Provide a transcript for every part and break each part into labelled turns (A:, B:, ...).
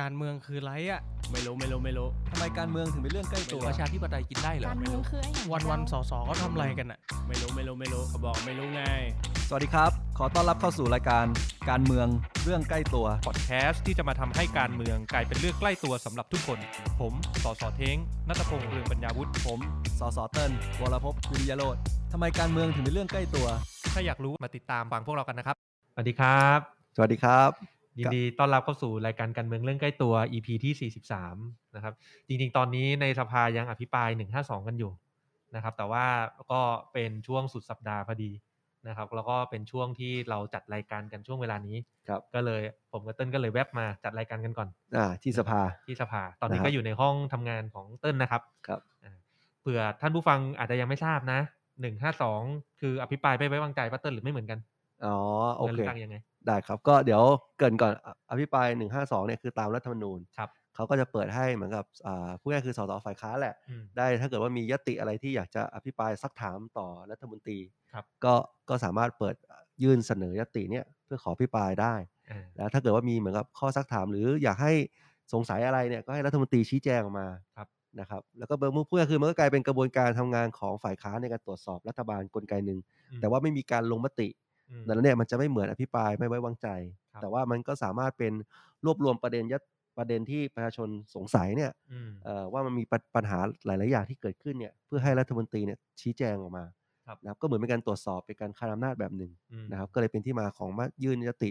A: การเมืองคือไรอะ
B: ไม่รู้ไม่รู้ไม่รู้
C: ทำไมการเมืองถึงเป็นเรื่องใกล้ตัว
B: ไม่
C: ป
B: รู้
C: ระชาธิปไตยกินได้เหรอ
D: การเมืองคือไอ้อย่าง
A: วันวันๆส
D: ส
A: อสอเขาทำอะไรกันอะ
B: ไม่รู้ไม่รู้ไม่รู้เขาบอกไม่รู้ไง
C: สวัสดีครับ ขอต้อนรับเข้าสู่รายการการเมืองเรื่องใกล้ตัว
E: พอดแคสต์ที่จะมาทำให้การเมืองกลายเป็นเรื่องใกล้ตัวสำหรับทุกคน ผมสอสอเท้งนัตพงษ์เรืองปัญญาวุฒิ
C: ผมสสเติ้ลวรพพกุริยโรธทำไมการเมืองถึงเป็นเรื่องใกล้ตัว
E: ถ้าอยากรู้มาติดตามฟังพวกเรากันนะครับ
F: สวัสดีครับ
C: สวัสดีครับ
F: ยินดีต้อนรับเข้าสู่รายการการเมืองเรื่องใกล้ตัว EP ที่ 43 นะครับ จริงๆ ตอนนี้ในสภายังอภิปราย 152 กันอยู่นะครับ แต่ว่าก็เป็นช่วงสุดสัปดาห์พอดีนะครับ แล้วก็เป็นช่วงที่เราจัดรายการกันช่วงเวลานี้
C: ครับ
F: ก็เลยผมกับเติ้ลก็เลยแวบมาจัดรายการกันก่อน
C: อ่าที่สภา
F: ที่สภา ตอนนี้
C: นะครับ
F: ก็อยู่ในห้องทำงานของเติ้ลนะครับ
C: ครับ
F: อ่าเผื่อท่านผู้ฟังอาจจะยังไม่ทราบนะ 152 คืออภิปรายไม่ไว้วางใจป้าเติ้ลหรือไม่เหมือนกัน
C: อ๋อโอ
F: ห
C: เค
F: มืนหรืต่างยังไง
C: ได้ครับ ก็เดี๋ยวเกรินก่อนอ่ะอภิปราย 152 เนี่ยคือตามรัฐธรรมนูญ
F: ครับ
C: เขาก็จะเปิดให้เหมือนกับอ่าผู้แก่ายๆคือสสฝ่ายค้านแหละ
F: อืม
C: ได้ถ้าเกิดว่ามียติอะไรที่อยากจะอภิปรายซักถามต่อรัฐมนตรี
F: ครับ
C: ก็ก็สามารถเปิดยื่นเสนอยติเนี่ยเพื่อขออภิปรายได้
F: อ่า
C: แล้วถ้าเกิดว่ามีเหมือนกับข้อซักถาม หรืออยากให้สงสัยอะไรเนี่ยก็ให้รัฐมนตรีชี้แจงออกมา
F: ครับ
C: นะครับแล้วก็เบอร์มุ่งเพื่อคือมันก็กลายเป็นกระบวนการทำงานของฝ่ายค้านในการตรวจสอบรัฐบาลกลไกหนึ่ง
F: อืม
C: แต่ว่าไม่มีการลงมติ
F: อืม
C: ดังนั้นเนี่ยมันจะไม่เหมือนอภิปรายไม่ไว้วางใจ
F: ครับ
C: แต่ว่ามันก็สามารถเป็นรวบรวมประเด็นยัดประเด็นที่ประชาชนสงสัยเนี่ย
F: อืม
C: เอ่อว่ามันมีปัญปัญหาหลาย ๆ อย่างที่เกิดขึ้นเนี่ยเพื่อให้รัฐมนตรีเนี่ยชี้แจงออกมา
F: ครับ
C: นะครับก็เหมือนเป็นการตรวจสอบเป็นการคานอำนาจแบบหนึ่ง
F: อืม
C: นะครับก็เลยเป็นที่มาของมายื่นยติ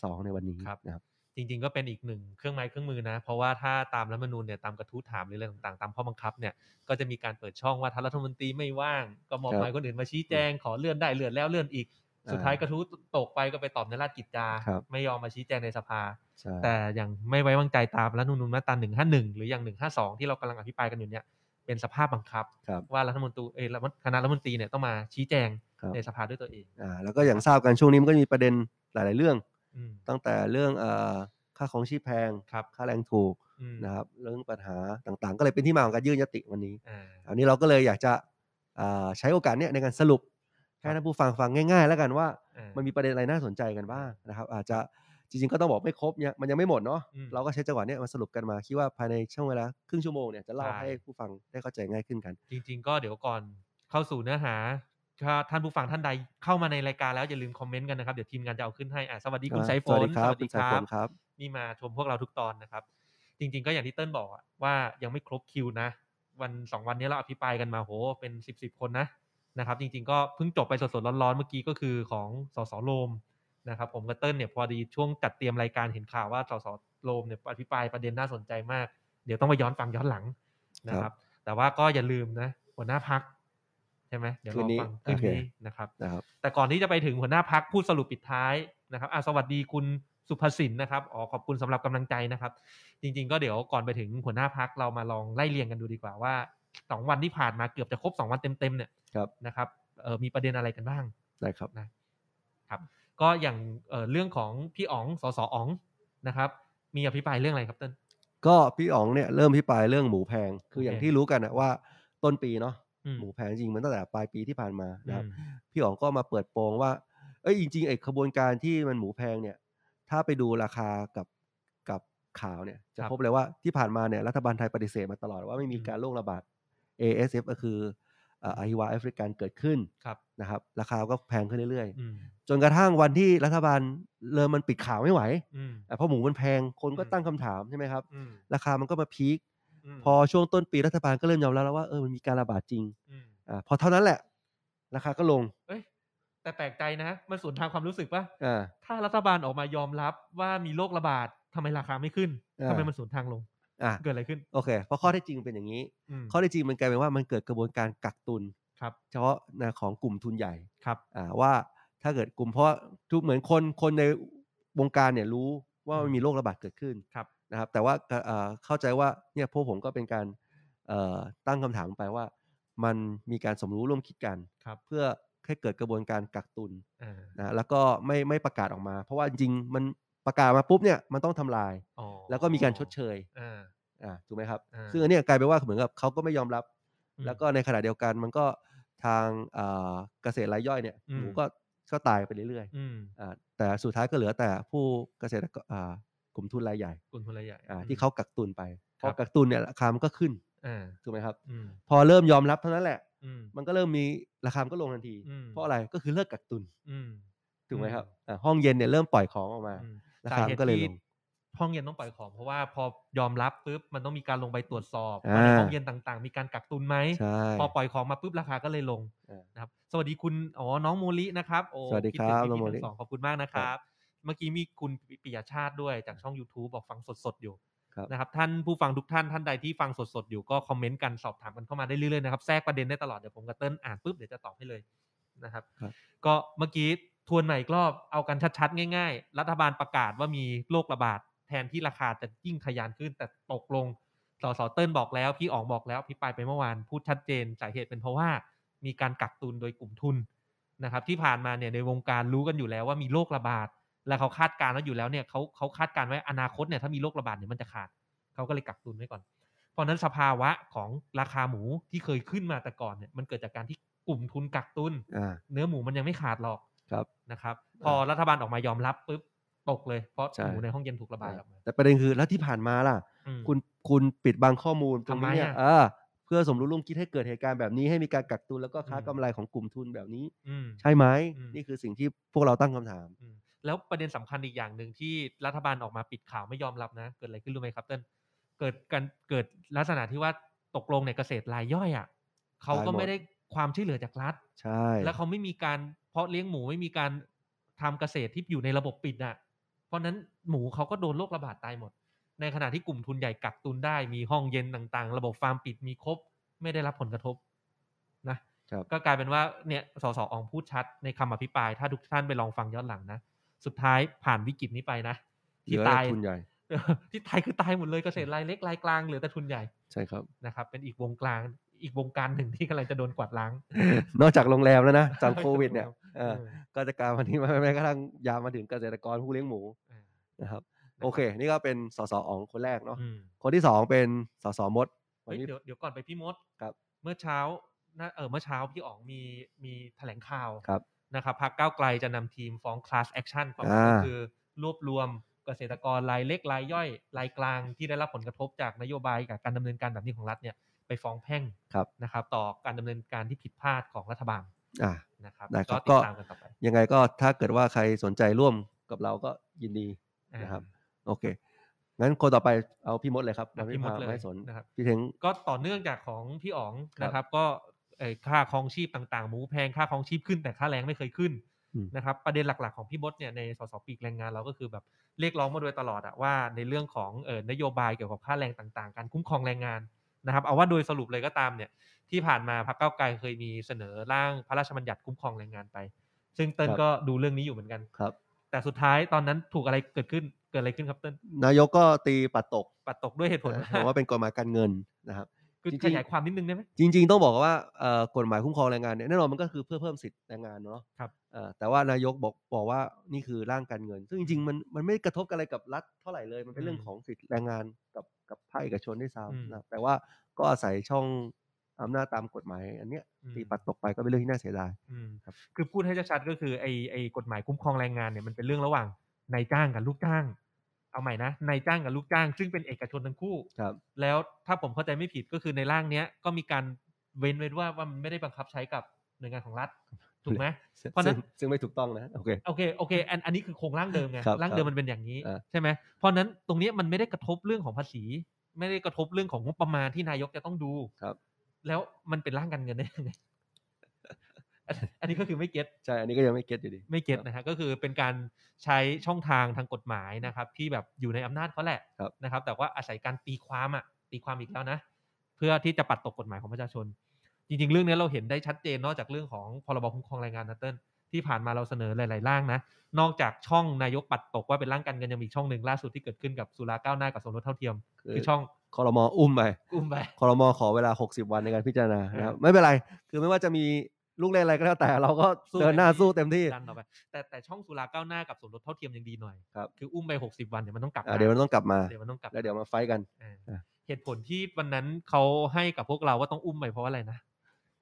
C: 152 ในวันนี้
F: ครับ
C: นะครับ
F: จริง ๆ ก็เป็นอีกหนึ่งเครื่องไม้เครื่องมือนะ เพราะว่าถ้าตามรัฐธรรมนูญเนี่ยตามกระทู้ถามหรืออะไรต่างๆ ตามข้อบังคับเนี่ยก็จะมีการเปิดช่องว่าถ้ารัฐมนตรีไม่ว่าง ก็มอบหมายคนอื่นมาชี้แจงขอเลื่อนได้เลื่อนแล้วเลื่อนอีก
C: อ่า
F: สุดท้ายกระทู้ตกไปก็ไปตอบในราชกิจจา
C: ครับ
F: ไม่ยอมมาชี้แจงในสภา
C: ใช่
F: แต่อย่างไม่ไว้วางใจตามรัฐธรรมนูญมาตรา151 หรืออย่าง 152 ที่เรากำลังอภิปรายกันอยู่เนี่ยเป็นสภาพบังคับ
C: ครับ
F: ว่ารัฐมนตรีเอยรัฐมนคณะรัฐมนตรีเนี่ยต้องมาชี้แจง
C: ครับ
F: ในสภาด้วยตัวเอง
C: อ่าแล้วก็อย่างทราบกันช่วงนี้มันก็มีประเด็นหลาย ๆ เรื่อง
F: อืม
C: ตั้งแต่เรื่องเอ่อค่าของชีพแพง
F: ครับ
C: ค่าแรงถูก
F: อืม
C: นะครับเรื่องปัญหาต่าง ๆ ก็เลยเป็นที่มาของการยื่นยติวันนี้
F: อ่า
C: อันนี้เราก็เลยอยากจะอ่าใช้โอกาสเนี้ยในการสรุปให้ท่านผู้ฟังฟังง่าย ๆ แล้วกันว่า
F: อ่ามั
C: มันมีประเด็นอะไรน่าสนใจกันบ้างนะครับ อาจจะจริง ๆ ก็ต้องบอกไม่ครบเนี่ยมันยังไม่หมดเนาะ
F: อืม
C: เราก็ใช้จังหวะเนี้ยมาสรุปกันมาคิดว่าภายในช่วงเวลาครึ่งชั่วโมงเนี่ยจะเล่า
F: ใช่
C: ให้ผู้ฟังได้เข้าใจง่ายขึ้นกัน
F: จริงๆ ก็เดี๋ยวก่อนเข้าสู่เนื้อหาถ้าท่านผู้ฟังท่านใดเข้ามาในรายการแล้วอย่าลืมคอมเมนต์กันนะครับ เดี๋ยวทีมงานจะเอาขึ้นให้อ่ะสวัสดีคุณ
C: อ่า
F: สายฝ
C: สวัน สดีครับคุณสายฝนครับ
F: นี่มาชมพวกเราทุกตอนนะครับ จริง ๆ ก็อย่างที่เติ้ลบอกอะว่ายังไม่ครบคิวนะ วันสองวันนี้เราอภิปรายกันมาโหเป็นสิบสิบคนนะนะครับ จริง ๆ ก็เพิ่งจบไปสดๆร้อนๆเมื่อกี้ก็คือของสสโรมนะครับ ผมกับเติ้ลเนี่ยพอดีช่วงจัดเตรียมรายการเห็นข่าวว่าสสโรมเนี่ยอภิปรายประเด็นน่าสนใจมาก เดี๋ยวต้องไปย้อนฟังย้อนหลังนะค
C: ครั
F: รับ
C: บ
F: แต่ว่าก็อย่าลืมนะ หัวหน้าพักใช่ไหมเดี๋ยว
C: คื
F: ร
C: น
F: อ
C: นี้
F: ฟังคืน
C: โอเค
F: นี้นะครับ
C: นะครับ
F: แต่ก่อนที่จะไปถึงหัวหน้าพักพูดสรุปปิดท้ายนะครับอ่ะสวัสดีคุณสุภสินนะครับอ๋อขอบคุณสำหรับกำลังใจนะครับ จริง ๆ ก็เดี๋ยวก่อนไปถึงหัวหน้าพักเรามาลองไล่เรียงกันดูดีกว่าว่าสองวันที่ผ่านมาเกือบจะครบสองวันเต็มๆเนี่ย
C: ครับ
F: นะครับเออมีประเด็นอะไรกันบ้าง
C: ได้ครับ
F: ก็อย่างเอ่อเรื่องของพี่อ๋องสสอ๋องนะครับ มีอภิปรายเรื่องอะไรครับเต้น
C: ก็พี่อ๋องเนี่ยเริ่มพิปรายเรื่องหมูแพง คืออย่าง
F: โอเค
C: ที่รู้กันนะว่าต้นปีเนาะ
F: อื
C: หมูแพงจริงมันตั้งแต่ปลายปีที่ผ่านมานะครับ
F: อืม
C: พี่อ๋องก็มาเปิดโปงว่าเอ้ยจริงๆไอ้ขบวนการที่มันหมูแพงเนี่ย ถ้าไปดูราคากับกับข่าวเนี่ยจะ
F: ครับ
C: พบเลยว่าที่ผ่านมาเนี่ยรัฐบาลไทยปฏิเสธมาตลอดว่าไม่มี
F: อืม
C: การโรคระบาด ASF ก็คือเอ่ออหิวาแอฟริกันเกิดขึ้น
F: ครับ
C: นะครับราคาก็แพงขึ้นเรื่อย
F: อืม
C: ๆ จนกระทั่งวันที่รัฐบาลเริ่มมันปิดข่าวไม่ไหว
F: อืม
C: อ่ะเพราะหมูมันแพงคนก็
F: อืม
C: ตั้งคำถามใช่ไหมครับ
F: อืม
C: ราคามันก็มาพีค
F: ม
C: พอช่วงต้นปีรัฐบาลก็เริ่มยอมรับแล้วว่าเออมันมีการระบาดจริง
F: ม
C: อ่าพอเท่านั้นแหละ ราคาก็ลง
F: เอ้ยแต่แปลกใจนะมันสวนทางความรู้สึกปะ
C: อ่า
F: ถ้ารัฐบาลออกมายอมรับว่ามีโรคระบาดทำไมราคาไม่ขึ้น
C: เออ
F: ทำไมมันสวนทางลง
C: อ่า
F: เกิดอะไรขึ้น
C: โอเคเพราะข้อเท็จจริงเป็นอย่างนี้
F: ม
C: ข้อเท็จจริงมันกลายเป็นว่ามันเกิดกระบวนการกักตุน
F: ครับ
C: เฉพาะนะของกลุ่มทุนใหญ่
F: ครับ
C: อ่าว่าถ้าเกิดกลุ่มเพราะว่าทุกเหมือนคนคนในวงการเนี่ยรู้ว่ามันมีโรคระบาดเกิดขึ้น
F: ครับ
C: นะครับ แต่ว่าก็เอ่อเข้าใจว่าเนี่ยพวกผมก็เป็นการเอ่อตั้งคำถามไปว่า มันมีการสมรู้ร่วมคิดกัน
F: ครับ
C: เพื่อให้เกิดกระบวนการกักตุน
F: อ่า
C: นะแล้วก็ไม่ไม่ประกาศออกมา เพราะว่าจริงๆมันประกาศมาปุ๊บเนี่ยมันต้องทำลาย
F: อ๋อ
C: แล้วก็มีการชดเชย
F: อ่า
C: อ่าถูกไหมครับ
F: อ่า
C: ซึ่งอันเนี้ยกลายเป็นว่าเหมือนกับเขาก็ไม่ยอมรับ
F: อืม
C: แล้วก็ในขณะเดียวกันมันก็ทางอ่าเกษตรรายย่อยเนี่ย
F: อืม
C: หมูก็ก็ตายไปเรื่อย
F: อืม
C: ๆอ่าแต่สุดท้ายก็เหลือแต่ผู้เกษตรกรอ่า กลุ่มทุนรายใหญ่
F: กลุ่มทุนรายใหญ่
C: อ่า
F: อืม
C: ที่เขากักตุนไปพ
F: ครั
C: อบ กักตุนเนี่ยราคามันก็ขึ้น
F: อ่า
C: ถูกไหมครับ
F: อืม
C: พอเริ่มยอมรับเท่านั้นแหละ
F: อืม
C: มันก็เริ่มมีราคามันก็ลงทันที
F: อืม
C: เพราะอะไรก็คือเลิกกักตุน
F: อืม
C: ถูกไหมครับ
F: อืม
C: อ่าห้องเย็นเนี่ยเริ่มปล่อยของออกมา
F: อืม
C: รา
F: สา
C: คา
F: เห
C: มัน
F: ตุ
C: ก็เลย
F: ที่
C: ลง
F: ห้องเย็นต้องปล่อยของ เพราะว่าพอยอมรับปุ๊บมันต้องมีการลงไปตรวจสอบ
C: อ่า
F: ว่าในห้องเย็นต่างๆ มีการกักตุนไหม
C: ใช่
F: พอปล่อยของมาปุ๊บราคาก็เลยลง
C: เออ
F: นะครับ สวัสดีคุณอ๋อน้องโมลินะครับโอ้
C: สวัสดีครับ
F: ดถึ
C: น้องโมลิ
F: พี่ๆทั้สองขอบคุณมากนะครับ เมื่อกี้มีคุณปิยชาติด้วยจากช่อง YouTube บอกฟังสดๆอยู่
C: ครับ
F: นะครับท่านผู้ฟังทุกท่านท่านใดที่ฟังสดๆอยู่ก็คอมเมนต์กันสอบถามกันเข้ามาได้เรื่อยๆนะครับแทรกประเด็นได้ตลอด เดี๋ยวผมกับเติ้ลอ่านปุ๊บเดี๋ยวจะตอบให้เลยนะครับ
C: ครับ
F: ก็เมื่อกี้ทวนใหม่อีกรอบเอากันชัดๆ ง่ายๆ รัฐบาลประกาศว่ามีโรคระบาดแทนที่ราคาจะยิ่งทะยานขึ้นแต่ตกลงสสเติ้ลบอกแล้ว พี่อ๋องบอกแล้วพี่ปายไปเมื่อวานพูดชัดเจนสาเหตุเป็นเพราะว่ามีการกักตุนโดยกลุ่มทุนนะครับที่ผ่านมาเนี่ยในวงการรู้กันอยู่แล้วว่ามีโรคระบาด แล้วเขาคาดการณ์แล้วอยู่แล้วเนี่ยเขาเขาคาดการณ์ไว้อนาคตเนี่ยถ้ามีโรคระบาดเนี่ยมันจะขาด เขาก็เลยกักตุนไว้ก่อน เพราะฉะนั้นสภาวะของราคาหมูที่เคยขึ้นมาแต่ก่อนเนี่ยมันเกิดจากการที่กลุ่มทุนกักตุน
C: อ่า
F: เนื้อหมูมันยังไม่ขาดหรอก
C: ครับ
F: นะครับ พอรัฐบาลออกมายอมรับปุ๊บตกเลยเพราะ
C: ใช่
F: หมูในห้องเย็นถูกระบายออกมา
C: แต่ประเด็นคือแล้วที่ผ่านมาล่ะ
F: อืม
C: คุณคุณปิดบังข้อมูลตรงนี้เนี่ย
F: ทำไมอะ
C: เออเพื่อสมรู้ร่วมคิดให้เกิดเหตุการณ์แบบนี้ให้มีการกักตุนแล้วก็ค้า
F: อืม
C: กำไรของกลุ่มทุนแบบนี้
F: อืม
C: ใช่ไหม
F: อืม
C: นี่คือสิ่งที่พวกเราตั้งคำถาม
F: อืมแล้วประเด็นสำคัญอีกอย่างหนึ่งที่รัฐบาลออกมาปิดข่าวไม่ยอมรับนะ เกิดอะไรขึ้นรู้ไหมครับเต้นเกิดการเกิดลักษณะที่ว่าตกลงในยเกษตรรายย่อยอ่ะเขาก็
C: ตายหมด
F: ไม่ได้ความช่วยเหลือจากรัฐ
C: ใช่
F: แล้วเขาไม่มีการเพาะเลี้ยงหมูไม่มีการทำเกษตรที่อยู่ในระบบปิดอ่ะ เพราะฉะนั้นหมูเขาก็โดนโรคระบาดตายหมด ในขณะที่กลุ่มทุนใหญ่กักตุนได้มีห้องเย็นต่างๆ ระบบฟาร์มปิดมีครบ ไม่ได้รับผลกระทบนะครับ ก็กลายเป็นว่าเนี่ยสสอองพูดชัดในคำอภิปราย ถ้าทุกท่านไปลองฟังย้อนหลังนะ สุดท้ายผ่านวิกฤตนี้ไปนะ
C: เหลื
F: ที่
C: อแต่
F: ตาย
C: ทุนใหญ่
F: ที่ตายคือตายหมดเลยเกษตรรายเล็กรายกลางเหลือแต่ทุนใหญ่
C: ใช่ครับ
F: นะครับเป็นอีกวงกลางอีกวงการหนึ่งที่กำลังจะโดนกวาดล้าง
C: นอกจากโรงแรมแล้วนะจากโควิด เนี่ยเออ
F: เออ
C: ก็จะกลารวันนี้มาแม้กระทั่งยามมาถึงเกษตรกรผู้เลี้ยงหมู
F: อ่า
C: นะครับ โอเค นี่ก็เป็นสสอองคนแรกเนาะ
F: อืม
C: คนที่สองเป็นสสมดวั
F: เฮ้
C: น
F: ย
C: นี้
F: เดี๋ยวเดี๋ยวก่อนไปพี่มด
C: ครับ
F: เมื่อเช้านะเออเมื่อเช้าพี่อ๋องมีมีแถลงข่าว
C: ครับ
F: นะครับพักก้าวไกลจะนำทีมฟ้อง class action ความหมาย
C: อ่า
F: ก็คือรวบรวมเกษตรกรรายเล็กรายย่อย รายกลางที่ได้รับผลกระทบจากนโยบายกับการดำเนินการแบบนี้ของรัฐเนี่ยไปฟ้องแพ่ง
C: ครับ
F: นะครับ ต่อการดำเนินการที่ผิดพลาดของรัฐบาล
C: อ่า
F: นะครับ
C: ได้ค
F: ก็
C: รับ
F: ติ
C: ก็
F: ดตามกันต่อไป
C: ยังไงก็ถ้าเกิดว่าใครสนใจร่วมกับเราก็ยินดี
F: อ่า
C: นะครับ โอเค งั้นคนต่อไปเอาพี่มดเลยครับ
F: อ่ะ
C: น
F: พี่มด
C: พา
F: เลย
C: ไม่สน
F: นะครับ
C: พี่เทง
F: ก็ต่อเนื่องจากของพี่อ๋อง
C: ครับ
F: นะครับ ก็เอ่อค่าครองชีพต่างๆ หมูแพงค่าครองชีพขึ้นแต่ค่าแรงไม่เคยขึ้น
C: อืม
F: นะครับ ประเด็นหลักๆของพี่บดเนี่ยในสสปีกแรงงานเราก็คือแบบเรียกร้องมาโดยตลอดอะว่าในเรื่องของเอ่อนโยบายเกี่ยวกับค่าแรงต่างๆ การคุ้มครองแรงงานนะครับ เอาว่าโดยสรุปเลยก็ตามเนี่ยที่ผ่านมาพรรคก้าวไกลเคยมีเสนอร่างพระราชบัญญัติคุ้มครองแรงงานไป ซึ่งเติ้ลก็ดูเรื่องนี้อยู่เหมือนกัน
C: ครับ
F: แต่สุดท้ายตอนนั้นถูกอะไรเกิดขึ้นเกิดอะไรขึ้นครับเติ้ล
C: นายกก็ตีปัดตก
F: ปัดตกด้วยเหตุผล
C: นะผมว่าเป็นกฎหมายการเงินนะครับ
F: คือ
C: จริงๆ
F: ขยายความนิดนึงได้ไหม
C: จริง ๆ ต้องบอกว่าเอ่อกฎหมายคุ้มครองแรงงานเนี่ยแน่นอนมันก็คือเพื่อเพิ่มสิทธิแรงงานเนาะ
F: ครับ
C: เอ่อแต่ว่านายกบอกบอกว่านี่คือร่างการเงิน ซึ่งจริงๆมันมันไม่ได้กระทบอะไรกับรัฐเท่าไหร่เลย มันเป็นเรื่องของสิทธิแรงงานกับกับภาคเอกชนด้วยซ้ำนะครับแต่ว่าก็อาศัยช่องอำนาจตามกฎหมาย อันเนี้ย
F: อืม
C: ตีปัดตกไปก็เป็นเรื่องที่น่าเสียดาย
F: อืม
C: ครับ
F: คือพูดให้ชัดๆก็คือไอ้ไอ้กฎหมายคุ้มครองแรงงานเนี่ยมันเป็นเรื่องระหว่างนายจ้างกับลูกจ้าง เอาใหม่นะนายจ้างกับลูกจ้าง ซึ่งเป็นเอกชนทั้งคู่
C: ครับ
F: แล้วถ้าผมเข้าใจไม่ผิดก็คือในร่างเนี้ยก็มีการเว้นไว้ว่าว่ามันไม่ได้บังคับใช้กับหน่วยงานของรัฐถูกไหม เพราะฉะนั้
C: ซึ่ง
F: น
C: ซึ่งไม่ถูกต้องนะโอเค
F: โอเคโอเคอันอันนี้คือโครงร่างเดิมไง
C: ครับ
F: ร่างเดิ
C: ครั
F: ม
C: บ
F: มันเป็นอย่างนี้
C: อ่า
F: ใช่ไหมเพราะฉะนั้นตรงเนี้ยมันไม่ได้กระทบเรื่องของภาษี ไม่ได้กระทบเรื่องของงบประมาณที่นายกจะต้องดู
C: ครับ
F: แล้วมันเป็นร่างการเงินได้ยังไง อันอันนี้ก็คือไม่เก็ต
C: ใช่ อันนี้ก็ยังไม่เก็ตอยู่ดี
F: ไม่เก็ต
C: ครับ
F: นะฮะก็คือเป็นการใช้ช่องทางทางกฎหมายนะครับ ที่แบบอยู่ในอำนาจเขาแหละ
C: ครับ
F: นะครับ แต่ว่าอาศัยการตีความอ่ะตีความอีกแล้วนะ เพื่อที่จะปัดตกกฎหมายของประชาชน จริง ๆ เรื่องนี้เราเห็นได้ชัดเจนนอกจากเรื่องของพรบคุ้มครองแรงงานนะเติ้ลที่ผ่านมาเราเสนอหลาย ๆ ร่างนะ นอกจากช่องนายกปัดตกว่าเป็นร่างการเงินยังมีอีกช่องหนึ่งล่าสุดที่เกิดขึ้นกับสุราก้าวหน้ากับสมรสเท่าเทียม
C: คือ
F: คือช่อง
C: คอรมออุ้มไป
F: อุ้มไป
C: คอรมอขอเวลา 60 วันในการพิจารณา
F: เออ
C: นะครับไม่เป็นไร คือไม่ว่าจะมีลูกเล่นอะไรก็แล้วแต่เราก็
F: สู้
C: เดินหน้า
F: เต็มที่
C: สู้เต็มที่
F: ดันต่อไปแต่แต่ช่องสุราก้าวหน้ากับสมรสเท่าเทียมยังดีหน่อย
C: ครับ
F: คืออุ้มไป60วันเดี๋ยวมันต้องกลับ
C: อ่ะเดี๋ยวมันต้องกลับมา
F: เดี๋ยวมันต้องกลับ
C: แล้วเดี๋ยวมาไฟท์กัน
F: อ่า
C: อ่ะ
F: เหตุผลที่วันนั้นเขาให้กับพวกเราว่าต้องอุ้มไปเพราะอะไรนะ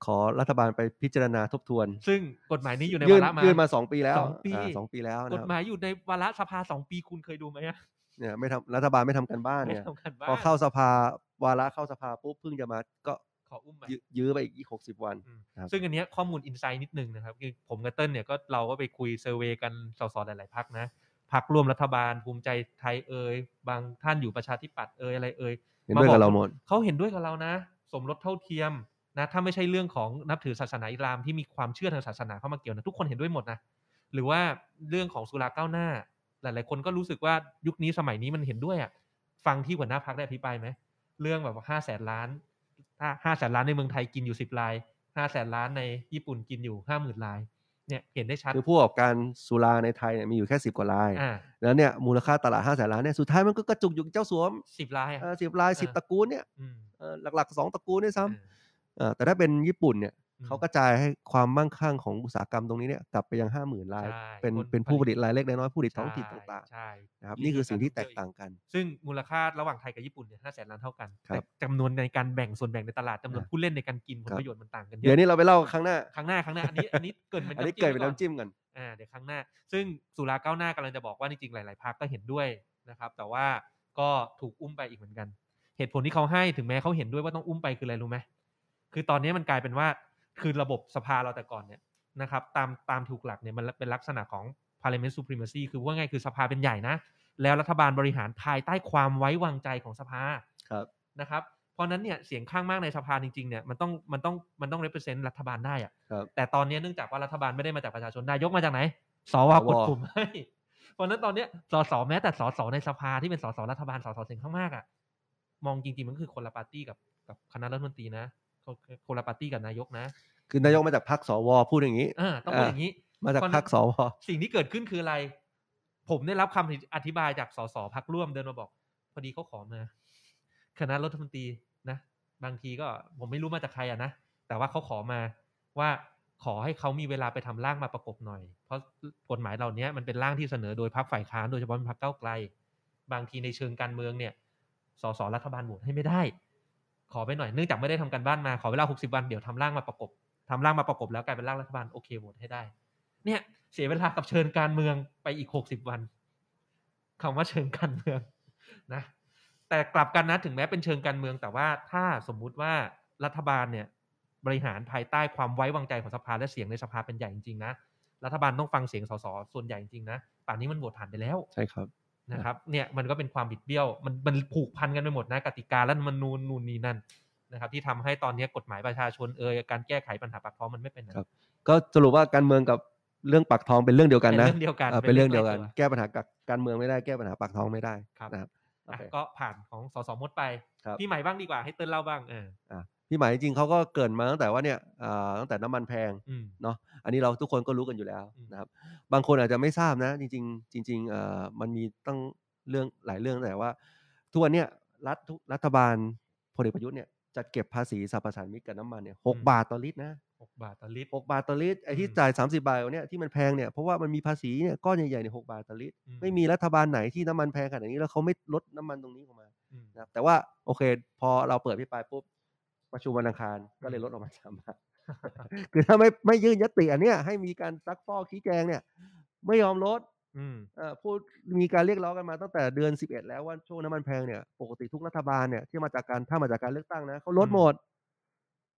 C: ขอรัฐบาลไปพิจารณาทบทวน
F: ซึ่งกฎหมายนี้อยู่ใน
C: ยื่
F: วาน ระมา
C: ยื่นมาสองปีแล้ว
F: สองปี
C: อ่าสองปีแล้ว
F: ก
C: นะ
F: ฎ
C: ครับ
F: หมายอยู่ในวาระสภาสองปีคุณเคยดูไหมอะ
C: เนี่ยไม่ทำรัฐบาลไม่ทำกันบ้าน
F: ไม่
C: เนี่ย
F: ทำกันบ้า
C: พอน เข้าสภาวาระเข้าสภาปุ๊บเพิ่งจะมาก็
F: ขออุ้มมา
C: ยื้อยื้อไปอีกหกสิบวัน
F: อืม
C: ครับ
F: ซึ่งอันเนี้ยข้อมูลอินไซด์นิดนึงนะครับคือผมกับเติ้ลเนี่ยก็เราก็ไปคุยเซอร์เวยกันสสหลาย ๆ พักนะพักร่วมรัฐบาลภูมิใจไทยเอ่ยบางท่านอยู่ประชาธิปัตย์เอ่ยอะไรเอ่ย
C: เห็นด้วยกับ
F: อ
C: เราหมด
F: เขาเห็นด้วยกับเรานะ สมรสเท่าเทียมนะถ้าไม่ใช่เรื่องของนับถือศาสนาอิสลามที่มีความเชื่อทางศาสนาเข้ามาเกี่ยวนะทุกคนเห็นด้วยหมดนะหรือว่าเรื่องของสุราก้าวหน้า หลาย ๆ คนก็รู้สึกว่ายุคนี้สมัยนี้มันเห็นด้วยอะฟังที่หัวหน้าพักได้อภิปรายไหม เรื่องแบบห้าแสนล้าน ถ้าห้าแสนล้านในเมืองไทยกินอยู่สิบรายห้าแสนล้านในญี่ปุ่นกินอยู่ห้าหมื่นราย เนี่ยเห็นได้ชัด
C: คือผู้ประกอบการสุราในไทยเนี่ยมีอยู่แค่สิบกว่าราย
F: อ่า
C: แล้วเนี่ยมูลค่าตลาดห้าแสนล้านเนี่ยสุดท้ายมันก็กระจุกอยู่เจ้าสวม
F: สิบรายอะ
C: สิบรายสิบตระกูลเนี่ย
F: อืม
C: เอ่อหลักๆสองตระกูลด้วยซ้ำ
F: เออ
C: เอ่อแต่ถ้าเป็นญี่ปุ่นเนี่ย
F: อืม
C: เขากระจายให้ความมั่งคั่งของอุตสาหกรรมตรงนี้เนี่ยกลับไปยังห้าหมื่นราย
F: ใช่
C: เป็น
F: คน
C: เป็น
F: ผ
C: ผู้
F: ลิต
C: ผลิตรายเล็กรายน้อยผู้ผลิต
F: ใช่
C: ท้องถิ่นต่าง
F: ใช่
C: ๆนะครับนี่คือสิ่งที่แตกต่างกัน
F: ซึ่งมูลค่าระหว่างไทยกับญี่ปุ่นเนี่ยห้าแสนล้านเท่ากัน
C: ครับ
F: แต่จำนวนในการแบ่งส่วนแบ่งในตลาดจำนวน
C: อ่า
F: ผู้เล่นในการกินผล
C: ครับ
F: ประโยชน์มันต่างกันเย
C: เดี๋ยว
F: อะ
C: นี้เราไปเล่าครั้งหน้า
F: ครั้งหน้าครั้งหน้าอันนี้อันนี้เกิดเป็น
C: อันนี้
F: ไว้
C: เกิดเป็น
F: ก่อ
C: น้ำจิ้มกัน
F: อ่าเดี๋ยวครั้งหน้า ซึ่งสุราก้าวหน้ากำลังจะบอกว่าจริงๆ หลาย ๆพักก็เห็นด้วยนะครับ แต่ว่าก็ถูกอุ้มไปอีกเหมือนกัน เหตุผลที่เขาให้ถึงแม้เขาเห็นด้วยว่าต้องอุ้มไปคืออะไรรู้ไหมคือตอนนี้มันกลายเป็นว่าคือระบบสภาเราแต่ก่อนเนี่ยนะครับตามตามถูกหลักเนี่ยมันเป็นลักษณะของ parliament supremacy คือว่าไงคือสภาเป็นใหญ่นะ แล้วรัฐบาลบริหารภายใต้ความไว้วางใจของสภา
C: ครับ
F: นะครับ เพราะฉะนั้นเนี่ยเสียงข้างมากในสภาจริงๆเนี่ยมันต้องมันต้องมันต้อง represent รัฐบาลได้อะ
C: ครับ
F: แต่ตอนนี้เนื่องจากว่ารัฐบาลไม่ได้มาจากประชาชนนายกมาจากไหน สวกดปุ่ม ให้เพราะฉะนั้นตอนเนี้ยสสแม้แต่สสในสภาที่เป็นสสรัฐบาลสสเสียงข้างมากอะ่ะ มองจริงๆมันคือคนละปาร์ตี้กับกับคณะรัฐมนตรีนะคนคนละปาร์ตี้กับนายกนะ
C: คือนายกมาจากพรรคสวพูดอย่างนี้
F: อ่าต้องเป็นอย่างนี้
C: มาจากพรรคสว
F: สิ่งที่เกิดขึ้นคืออะไร ผมได้รับคำอธิบายจากสสพักร่วมเดินมาบอก พอดีเขาขอมา คณะรัฐมนตรีนะ บางทีก็ผมไม่รู้มาจากใครอะนะ แต่ว่าเขาขอมาว่าขอให้เขามีเวลาไปทำร่างมาประกบหน่อย เพราะกฎหมายเหล่านี้มันเป็นร่างที่เสนอโดยพรรคฝ่ายค้านโดยเฉพาะเป็นพรรคก้าวไกล บางทีในเชิงการเมืองเนี่ย สสรัฐบาลโหวตให้ไม่ได้ ขอไปหน่อย เนื่องจากไม่ได้ทำการบ้านมา ขอเวลา 60 วัน เดี๋ยวทำร่างมาประกบทำร่างมาประกบแล้วกลายเป็นร่างรัฐบาลโอเคโหวตให้ได้ เนี่ยเสียเวลากับเชิญการเมืองไปอีก 60 วันคำว่าเชิญการเมืองนะ แต่กลับกันนะถึงแม้เป็นเชิงการเมือง แต่ว่าถ้าสมมุติว่ารัฐบาลเนี่ยบริหารภายใต้ความไว้วางใจของสภาและเสียงในสภาเป็นใหญ่จริงๆนะ รัฐบาลต้องฟังเสียงสสส่วนใหญ่จริงๆนะป่านนี้มันโหวตผ่านไปแล้ว
C: ใช่ครับ
F: นะครับเนี่ยมันก็เป็นความบิดเบี้ยวมันมันผูกพันกันไปหมดนะกติกาและมันนูนนูนนี่นั่นนะครับ ที่ทำให้ตอนนี้กฎหมายประชาชนเอยการแก้ไขปัญหาปากท้องมันไม่เป็น
C: ครับ ก็สรุปว่าการเมืองกับเรื่องปากท้องเป็นเรื่องเดียวกัน
F: เป็น
C: นะ
F: เรื่องเดียวกัน
C: อ่าเป็นเรื่องเดียวกัน
F: ใล้ตั
C: แก้ปัญหากับการเมืองไม่ได้แก้ปัญหาปากท้องไม่ได้
F: ครับ
C: นะครับโอ
F: อ่ะ
C: เค
F: ก็ผ่านของสสมดไป
C: ครับ
F: พี่ใหม่บ้างดีกว่าให้เติ้ลเล่าบ้างเออ
C: พี่หมายจริงๆเขาก็เกรินมาตั้งแต่ว่าเนี่ยอ่าตั้งแต่น้ำมันแพง
F: อืม
C: อันนี้เราทุกคนก็รู้กันอยู่แล้ว
F: อืม
C: นะครับ บางคนอาจจะไม่ทราบนะ จริง ๆ จริงๆเอ่อมันมีตั้งเรื่องหลายเรื่องแต่ว่า ทุกวันเนี่ยรัฐทุกรัฐบาลพลเอกประยุทธ์เนี่ยจัดเก็บภาษีสรรพสานมิตกับน้ำมันเนี่ยหกบาทต่อลิตรนะ
F: หกบาทต่อลิตร
C: หกบาทต่อลิตรไอ้ที่
F: อืม
C: จ่าย 30 บาทเนี่ยที่มันแพงเนี่ยเพราะว่ามันมีภาษีเนี่ยก้อนใหญ่ๆเนี่ยหกบาทต่อลิตร
F: อื
C: ไม่มีรัฐบาลไหนที่น้ำมันแพงขนาดนี้แล้วเขาไม่ลดน้ำมันตรงนี้ออกมา
F: อืม
C: นะครับแต่ว่าโอเค พอเราเปิดพิปรายปุ๊บประชุมวันอังคารก็เลยลดออกมาสามบาท คือถ้าไม่ไม่ยื่นยติอันเนี้ยให้มีการซักฟอกชี้แจงเนี่ย ไม่ยอมลด
F: อืม
C: เอ่อพูดมีการเรียกร้องกันมาตั้งแต่เดือน 11 แล้วว่าช่วงน้ำมันแพงเนี่ยปกติทุกรัฐบาลเนี่ยที่มาจากการถ้ามาจากการเลือกตั้งนะเขาลดหมด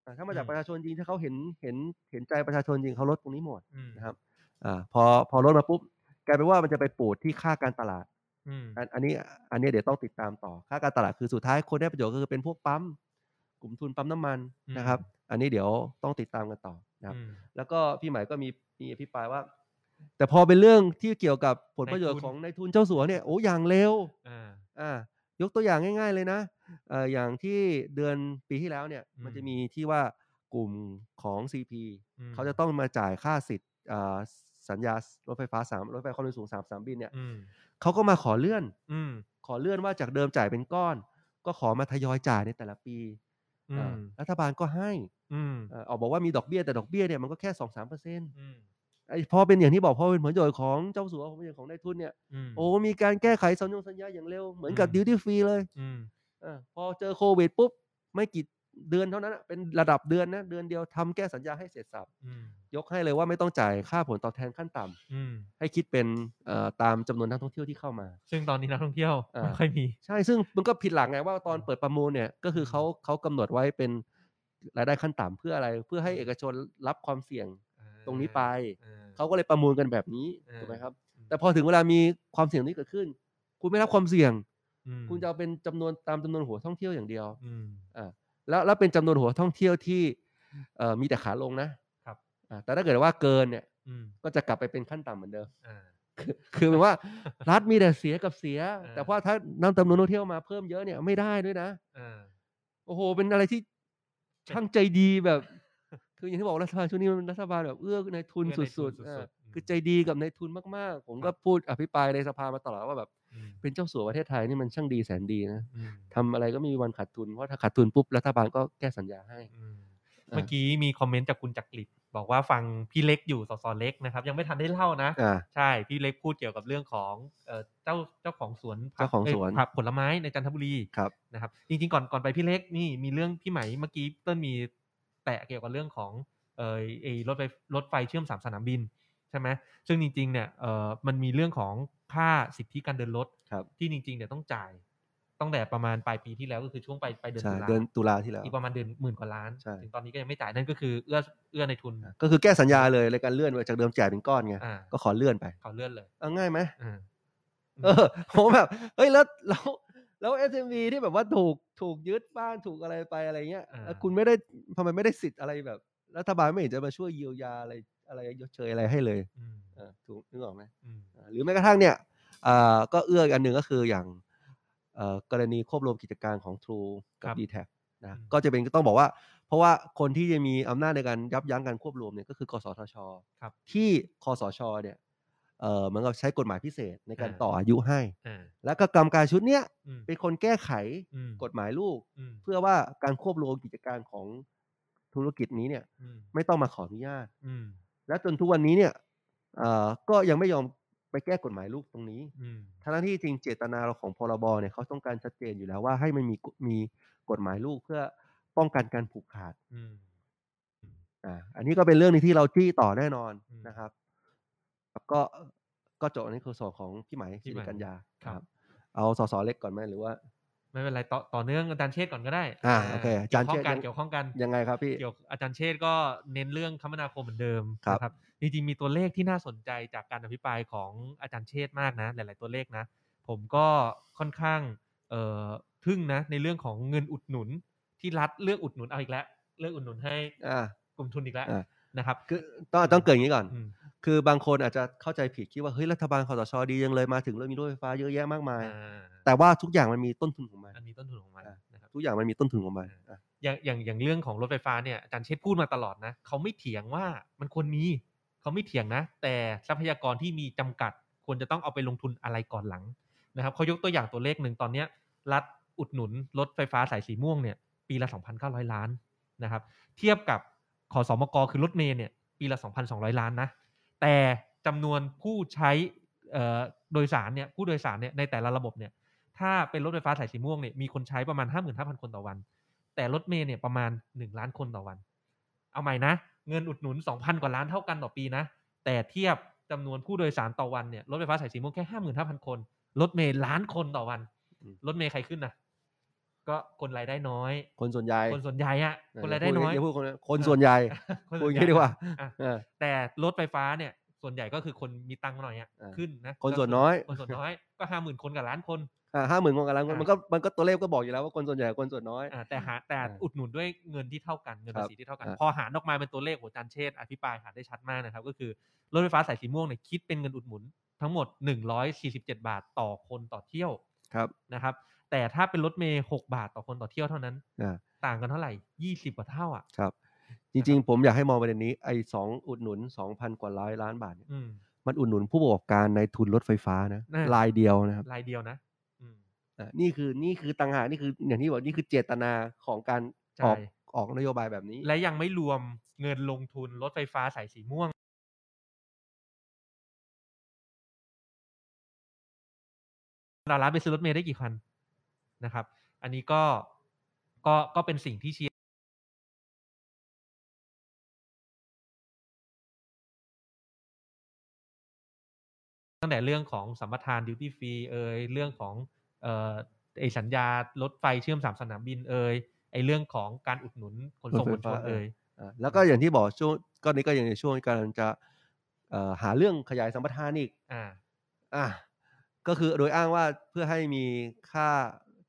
C: อ่าถ้ามาจากประชาชนจริงถ้าเขาเห็นเห็นเห็นใจประชาชนจริงเขาลดตรงนี้หมด
F: อืม
C: นะครับอาพอพอลดมาปุ๊บกลายเป็นว่ามันจะไปปูดที่ค่าการตลาด
F: อืม
C: อันอันนี้อันนี้เดี๋ยวต้องติดตามต่อค่าการตลาดคือสุดท้ายคนได้ประโยชน์ก็คือเป็นพวกปั๊มกลุ่มทุนปั๊มน้ำมันนะครับ อันนี้เดี๋ยวต้องติดตามกันต่อนะครับ
F: อืม
C: แล้วก็พี่หมายก็มีมีอภิปรายว่า แต่พอเป็นเรื่องที่เกี่ยวกับผลประโยช
F: นาย
C: น์
F: ทุน
C: ของนายทุนเจ้าสัวเนี่ยโอ้อย่างเร็ว
F: อ่า
C: อ่ายกตัวอย่างง่าย ๆเลยนะเอ่ออย่างที่เดือนปีที่แล้วเนี่ยมันจะ
F: อืม
C: มีที่ว่ากลุ่มของ CP
F: อืม
C: เขาจะต้องมาจ่ายค่าสิทธิ์อ่าสัญญารถไฟฟ้าสามรถไฟความเร็วสูงสามสามบินเนี่ย
F: อืม
C: เขาก็มาขอเลื่อน
F: อืม
C: ขอเลื่อนว่าจากเดิมจ่ายเป็นก้อน ก็ขอมาทยอยจ่ายในแต่ละปี
F: อื
C: อ่าม รัฐบาลก็ให้
F: อืม
C: เอ่อออกบอกว่ามีดอกเบี้ยแต่ดอกเบี้ยเนี่ยมันก็แค่สองสามเปอร์เซ็นต์
F: อืม
C: พอเป็นอย่างที่บอกพอเป็นผลประโยชน์ของเจ้าสัวผลประโยชน์ของนายทุนเนี่ย
F: อืม
C: โอ้มีการแก้ไขสัญญงสัญญาอย่างเร็วเหมือนกับ
F: อืม
C: ดิวตี้ฟรีเลย
F: อืม
C: เออพอเจอโควิดปุ๊บไม่กี่เดือนเท่านั้นอะเป็นระดับเดือนนะเดือนเดียวทำแก้สัญญาให้เสร็จสับ
F: อืม
C: ยกให้เลยว่าไม่ต้องจ่ายค่าผลตอบแทนขั้นต่ำ
F: อืม
C: ให้คิดเป็นเอ่อตามจำนวนนักท่องเที่ยวที่เข้ามา
F: ซึ่งตอนนี้นักท่องเที่ยว
C: อ่า
F: ไม่ค่อยมี
C: ใช่ซึ่งมันก็ผิดหลักไงว่าตอนเปิดประมูลเนี่ยก็คือเขาเขากำหนดไว้เป็นรายได้ขั้นต่ำเพื่ออะไร เพื่อให้เอกชนรับความเสี่ยง ตรงนี้ไป เขาก็เลยประมูลกันแบบนี้
F: เออ
C: ถูกไหมครับ แต่พอถึงเวลามีความเสี่ยงนี้เกิดขึ้น คุณไม่รับความเสี่ยง คุณจะเอาเป็นจำนวนตามจำนวนหัวท่องเที่ยวอย่างเดียว
F: อืม
C: แล้วแล้วเป็นจำนวนหัวท่องเที่ยวที่เอ่อมีแต่ขาลงนะครับ อ่าแต่ถ้าเกิดว่าเกินเนี่ย
F: อืม
C: ก็จะกลับไปเป็นขั้นต่ำเหมือนเดิม
F: อ่า
C: คือหมายว่า รัฐมีแต่เสียกับเสีย
F: เออ
C: แต่ว่าถ้านำจำนวนนักท่องเที่ยวมาเพิ่มเยอะเนี่ยไม่ได้ด้วยนะ
F: อ่า
C: โอ้โห เป็นอะไรที่ช่างใจดีแบบ คืออย่างที่บอกรัฐบาลช่วงนี้มันรัฐบาลแบบเอื้อนายทุนสุ
F: เอื้อนายทุน
C: ด
F: สุดๆ
C: ๆเออ
F: ม
C: คือใจดีกับนายทุนมากๆ ผมก็พูดอภิปรายในสภามาตลอดว่าแบบ
F: อืม
C: เป็นเจ้าสัวประเทศไทยนี่มันช่างดีแสนดีนะ
F: อืม
C: ทำอะไรก็ไมมีวันขาดทุน เพราะถ้าขาดทุนปุ๊บรัฐบาลก็แก้สัญญาให้
F: อืมเมื่อกี้มีคอมเมนต์จากคุณจักริดบอกว่าฟังพี่เล็กอยู่สสเล็กนะครับ ยังไม่ทันได้เล่านะ
C: อ่า
F: ใช่พี่เล็กพูดเกี่ยวกับเรื่องของเอ่อเจ้าเจ้าของสวนผัก
C: เจ้าของ
F: เย
C: สวน
F: ผักผลไม้ในจันทบุรี
C: ครับ
F: นะครับ จริงๆก่อนก่อนไปพี่เล็กนี่มีเรื่องพี่ไหมเมื่อกี้เต้นมีแตะเกี่ยวกับเรื่องของเออไอรถไฟรถไฟเชื่อมสามสนามบินใช่ไหมซึ่งจริงๆเนี่ยเออมันมีเรื่องของค่าสิทธิการเดินรถ
C: ครับ
F: ที่จริงๆเนี่ยต้องจ่ายตั้งแต่ประมาณปลายปีที่แล้วก็คือช่วงปลายปลายเดือน
C: ใช่
F: ตุลา
C: เดือนตุลาที่แล้ว
F: อีกประมาณเดือนหมื่นกว่าล้าน
C: ใช่
F: ถึงตอนนี้ก็ยังไม่จ่ายนั่นก็คือเอื้อเอื้อในทุน
C: ก็คือแก้สัญญาเลยรายการเลื่อนไปจากเดิมแจกเป็นก้อนไง
F: อ่า
C: ก็ขอเลื่อนไป
F: เขาเลื่อนเลย
C: เอาง่ายไหม
F: อ่า
C: เออ ผมแบบเฮ้ยแล้ว แล้วแล้วเอสเอ็มบีที่แบบว่าถูกถูกยึดบ้านถูกอะไรไปอะไรเงี้ย
F: อ่า
C: แล้วคุณไม่ได้ทำไมไม่ได้สิทธิ์อะไรแบบ รัฐบาลไม่เห็นจะมาช่วยเยียวยาอะไรอะไรยดเชยอะไรให้เลย
F: อืม
C: เออถูกนึกออกไหม
F: อืม
C: อ่าหรือแม้กระทั่งเนี่ยอ่าก็เอื้ออีกอันหนึ่งก็คืออย่างเอ่อกรณีควบรวมกิจการของ True กั
F: ครับ บ
C: d t แทนะ
F: อืม
C: ก็จะเป็นก็ต้องบอกว่า เพราะว่าคนที่จะมีอำนาจในการยับยั้งการควบรวมเนี่ยก็คือกสทช
F: ครับ
C: ที่คอสชเนี่ยเอ่อเหมือนกับใช้กฎหมายพิเศษในการ
F: อ่า
C: ต่ออายุให้
F: อ่า
C: แล้วก็กรรมการชุดเนี้ย
F: อืม
C: เป็นคนแก้ไข
F: อืม
C: กฎหมายลูก
F: อืม
C: เพื่อว่าการควบรวมกิจการของธุรกิจนี้เนี่ย
F: อืม
C: ไม่ต้องมาขออนุญาต
F: อืม
C: และจนทุกวันนี้เนี่ยเอ่อก็ยังไม่ยอมไปแก้กฎหมายลูกตรงนี้
F: อืม
C: ทั้งที่จริงเจตนาเราของพรบเนี่ยเขาต้องการชัดเจนอยู่แล้วว่าให้มันมีกฎมีกฎหมายลูกเพื่อป้องกันการผูกขาด
F: อืม
C: อ่าอันนี้ก็เป็นเรื่องหนึงที่เราจี้ต่อแน่นอน
F: อืม
C: นะครับแล้วก็ก็จบอันนี้คือส่วนของพี่ไหม
F: พี่
C: สิ
F: ไหม
C: ริกัญญา
F: ครับ
C: เอาสสเล็กก่อนไหมหรือว่า
F: ไม่เป็นไรต่อต่อเนื่องอาจารย์เชษฐ์ก่อนก็ได้
C: อ่าโอเคอาจารย์เชษฐ์
F: เกี่ยวข้องกัน
C: ยัง
F: เกี่ยวข้องกัน
C: ยังไงครับพี่
F: เกี่ยวอาจารย์เชษฐ์ก็เน้นเรื่องคมนาคมเหมือนเดิม
C: ครับ
F: นะจริงๆมีตัวเลขที่น่าสนใจจากการอภิปรายของอาจารย์เชษฐ์มากนะ หลาย ๆ ตัวเลขนะ ผมก็ค่อนข้างเอ่อทึ่งนะ ในเรื่องของเงินอุดหนุนที่รัฐเลือกอุดหนุนเอาอีกแล้วเลือกอุดหนุนให้
C: อ่า
F: กลุ่มทุนอีกแล้ว
C: อ่า
F: นะครับ
C: คือต้องต้องเกริดอย่างนี้ก่อน
F: อืม
C: คือบางคนอาจจะเข้าใจผิดคิดว่าเฮ้ยรัฐบาลคอสชดียังเลยมาถึงเรื่องมีรถไฟฟ้าเยอะแยะมากมาย
F: อ่า
C: แต่ว่าทุกอย่างมันมีต้นทุนของมัน
F: อันนี้ต้นทุนของมัน
C: อ่า
F: นะครับ
C: ทุกอย่างมันมีต้นทุนของมันอ่ะ
F: อย่างอย่างอย่างเรื่องของรถไฟฟ้าเนี่ยอาจารย์เชษฐ์พูดมาตลอดนะเขาไม่เถียงว่ามันควรมีเขาไม่เถียงนะ แต่ทรัพยากรที่มีจำกัด ควรจะต้องเอาไปลงทุนอะไรก่อนหลังนะครับเขายกตัวอย่างตัวเลขหนึ่งตอนเนี้ยรัฐอุดหนุนรถไฟฟ้าสายสีม่วงเนี่ยปีละ 2,900 ล้านนะครับ เทียบกับขอสอมกคือรถเมล์เนี่ยปีละ 2,200 ล้านนะแต่จำนวนผู้ใช้เอ่อโดยสารเนี่ยผู้โดยสารเนี่ยในแต่ละระบบเนี่ย ถ้าเป็นรถไฟฟ้าสายสีม่วงเนี่ยมีคนใช้ประมาณ 55,000 คนต่อวัน แต่รถเมล์เนี่ยประมาณ 1 ล้านคนต่อวัน เอาใหม่นะ เงินอุดหนุน 2,000 กว่าล้านเท่ากันต่อปีนะ แต่เทียบจำนวนผู้โดยสารต่อวันเนี่ยรถไฟฟ้าสายสีม่วงแค่ 55,000 คน รถเมล์ล้านคนต่อวัน
C: อืม
F: รถเมล์ใครขึ้นนะก็คนรายได้น้อย
C: คนส่วนใหญ่
F: คนส่วนใหญ่อะคนรายได้
C: พู
F: น้อย
C: อย่าพูดคนคน
F: เออ
C: ส่วนใหญ่
F: คน
C: พูดอ
F: ส่วน
C: ย่าง
F: ใหญ่
C: นี้ดีกว่า
F: อ่ะ
C: เออ
F: แต่รถไฟฟ้าเนี่ย ส่วนใหญ่ก็คือคนมีตังค์หน่อยอะ
C: อ่า
F: ขึ้นนะ
C: คนส่วนน้อย
F: คนส่วนน้อยก็ห้าหมื่นคนกับล้านคน
C: อ่ะห้าหมื่นคนกำลัง
F: อ่ะ
C: มันก็มันก็ตัวเลขก็บอกอยู่แล้วว่าคนส่วนใหญ่กับคนส่วนน้อย
F: อ่าแต่หาแต่
C: อ่า
F: อุดหนุนด้วยเงินที่เท่ากันเงินภาษีที่เท่ากัน
C: อ่า
F: พอหารออกมาเป็นตัวเลขหัวจานเชษฐ์อภิปรายหาได้ชัดมากนะครับ ก็คือรถไฟฟ้าสายสีม่วงเนี่ยคิดเป็นเงินอุดหนุนทั้งหมด 147 บาทต่อคนต่อเที่ยว
C: ครับ
F: นะครับ แต่ถ้าเป็นรถเมย์6บาทต่อคนต่อเที่ยวเท่านั้น
C: อ่า
F: ต่างกันเท่าไหร่ 20 กว่าเท่าอ่ะ
C: ครับ จ
F: นะครับ
C: ริงๆ ผมอยากให้มองประเด็นนี้ไอ้สองอุดหนุนสองพันกว่าร้อยล้านบาทเนี่ย
F: อืม
C: มันอุดหนุนผู้ประกอบการในทุนรถไฟฟ้านะ
F: นั่น
C: รายเดียวนะครับ
F: รายเดียวนะอืม
C: อ่ะนี่คือนี่คือตังหากนี่คืออย่างที่บอกนี่คือเจตนาของการอ
F: ใช่
C: อกออกนโยบายแบบนี้
F: และยังไม่รวมเงินลงทุนรถไฟฟ้าสายสีม่วง ดาราไปซื้อรถเมล์ได้กี่คันนะครับ อันนี้ก็ก็ก็เป็นสิ่งที่เชียร์ ตั้งแต่เรื่องของสัมปทานดิวตี้ฟรีเอ่ยเรื่องของเอ่อไอสัญญารถไฟเชื่อมสามสนามบินเอ่ยไอเรื่องของการอุดหนุนขนส่งมวลชนเอ่ย
C: อ่าแล้วก็อย่างที่บอกช่วงก็นี้ก็ยังในช่วงการจะเอ่อหาเรื่องขยายสัมปทานอีก
F: อ่า
C: อ่ะก็คือโดยอ้างว่าเพื่อให้มีค่า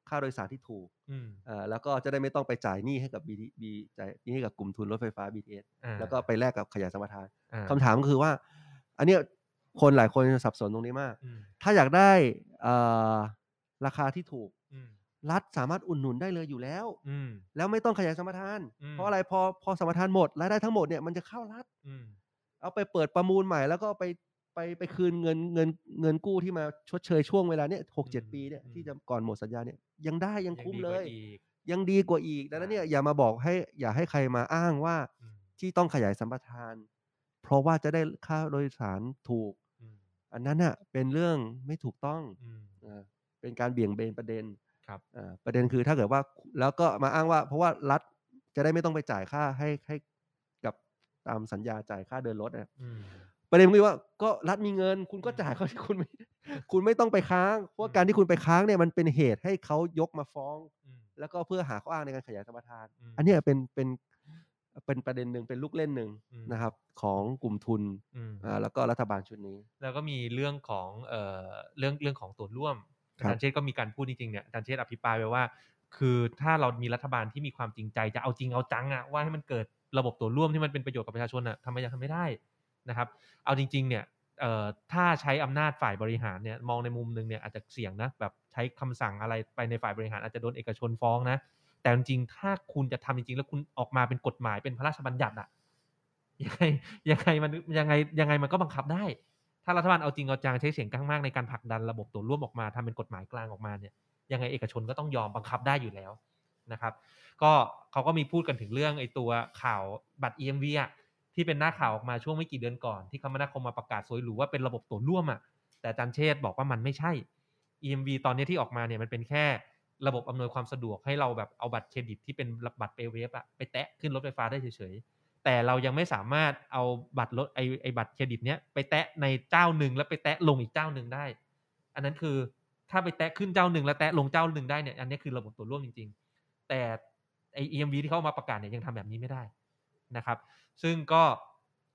C: ค่าโดยสารที่ถูก
F: อืม
C: อ่าแล้วก็จะได้ไม่ต้องไปจ่ายหนี้ให้กับ B ีจ่ายหนี้ให้กับกลุ่มทุนรถไฟฟ้า BTS
F: อ่า
C: แล้วก็ไปแลกกับขยายสัมปทาน
F: อ่า
C: คำถามก็คือว่า อันเนี้ยคนหลายคนสับสนตรงนี้มาก
F: อืม
C: ถ้าอยากได้เอ่อราคาที่ถูก
F: อืม
C: รัฐสามารถอุดหนุนได้เลยอยู่แล้ว
F: อืม
C: แล้วไม่ต้องขยายสัมปทาน
F: อืม
C: เพราะอะไรพอพอสัมปทานหมดรายได้ทั้งหมดเนี่ยมันจะเข้ารัฐ
F: อืม
C: เอาไปเปิดประมูลใหม่แล้วก็ไปไปไปคืนเงินเงินเงินกู้ที่มาชดเชยช่วงเวลาเนี้ยหกเจ็ดปีเนี่ยที่จะก่อนหมดสัญญาเนี่ยยังได้ยังคุ้ม
F: ดีก
C: เล
F: ว่าย อีก
C: ยังดีกว่าอีกดังนั้นเนี่ย
F: อ่า
C: อย่ามาบอกให้อย่าให้ใครมาอ้างว่า
F: อืม
C: ที่ต้องขยายสัมปทาน เพราะว่าจะได้ค่าโดยสารถูก
F: อืม
C: อันนั้นน่ะเป็นเรื่องไม่ถูกต้อง
F: อืม
C: อ่าเป็นการเบี่ยงเบนประเด็น
F: ครับ
C: อ่าประเด็นคือถ้าเกิดว่าแล้วก็มาอ้างว่า เพราะว่ารัฐจะได้ไม่ต้องไปจ่ายค่าให้ให้กับตามสัญญาจ่ายค่าเดินรถเนี่ย
F: อืม
C: ประเด็นมันคือว่าก็รัฐมีเงิน คุณก็
F: อืม
C: จ่ายเขาที่คุณไม่ คุณไม่ต้องไปค้าง เพราะว่า
F: อืม
C: การที่คุณไปค้างเนี่ยมันเป็นเหตุให้เขายกมาฟ้อง
F: อืม
C: แล้วก็เพื่อหาข้ออ้างในการขยายสัมปทาน
F: ม
C: อันเนี้ยเป็นเป็นเป็นประเด็นหนึ่งเป็นลูกเล่นหนึ่ง
F: อืม
C: นะครับ ของกลุ่มทุน
F: อืม
C: อ่าแล้วก็รัฐบาลชุดนี้
F: แล้วก็มีเรื่องของเอ่อเรื่องเรื่องของตัวร่วม
C: ค
F: อา
C: รับ
F: จารย์เชษฐ์ก็มีการพูดจริงๆเนี่ยอาจารย์เชษฐ์อภิปรายไว้ว่า คือถ้าเรามีรัฐบาลที่มีความจริงใจจะเอาจริงเอาจังอะว่าให้มันเกิดระบบตัวร่วมที่มันเป็นประโยชน์กับประชาชนอะทำไมยังทำไม่ได้นะครับเอาจริงๆเนี่ยเอ่อถ้าใช้อำนาจฝ่ายบริหารเนี่ยมองในมุมหนึงเนี่ยอาจจะเสี่ยงนะแบบใช้คำสั่งอะไรไปในฝ่ายบริหารอาจจะโดนเอกชนฟ้องนะ แต่จริงๆ ถ้าคุณจะทำจริงๆ แล้วคุณออกมาเป็นกฎหมายเป็นพระราชบัญญัติอะยังไงยังไงมันยังไงยังไงมันก็บังคับได้ ถ้ารัฐบาลเอาจริงเอาจังใช้เสียงข้างมากในการผลักดันระบบตัวร่วมออกมาทำเป็นกฎหมายกลางออกมาเนี่ยยังไงเอกชนก็ต้องยอมบังคับได้อยู่แล้วนะครับ ก็เขาก็มีพูดกันถึงเรื่องไอ้ตัวข่าวบัตร EMV อะที่เป็นหน้าข่าวออกมาช่วงไม่กี่เดือนก่อน ที่คมนาคมมาประกาศสวยหรูว่าเป็นระบบตัวร่วมอะแต่อาจารย์เชษฐ์บอกว่ามันไม่ใช่ EMV ตอนนี้ที่ออกมาเนี่ยมันเป็นแค่ระบบอำนวยความสะดวกให้เราแบบเอาบัตรเครดิตที่เป็นบัตรเปย์เวฟอะไปแตะขึ้นรถไฟฟ้าได้เฉยๆ แต่เรายังไม่สามารถเอาบัตรลดไอไอบัตรเครดิตเนี้ยไปแตะในเจ้าหนึ่งแล้วไปแตะลงอีกเจ้าหนึ่งได้ อันนั้นคือถ้าไปแตะขึ้นเจ้าหนึ่งแล้วแตะลงเจ้าหนึ่งได้เนี่ยอันนี้คือระบบตัวร่วมจริง ๆ แต่ไอเอ็มวีที่เขาเอามาประกาศเนี่ยยังทำแบบนี้ไม่ได้นะครับ ซึ่งก็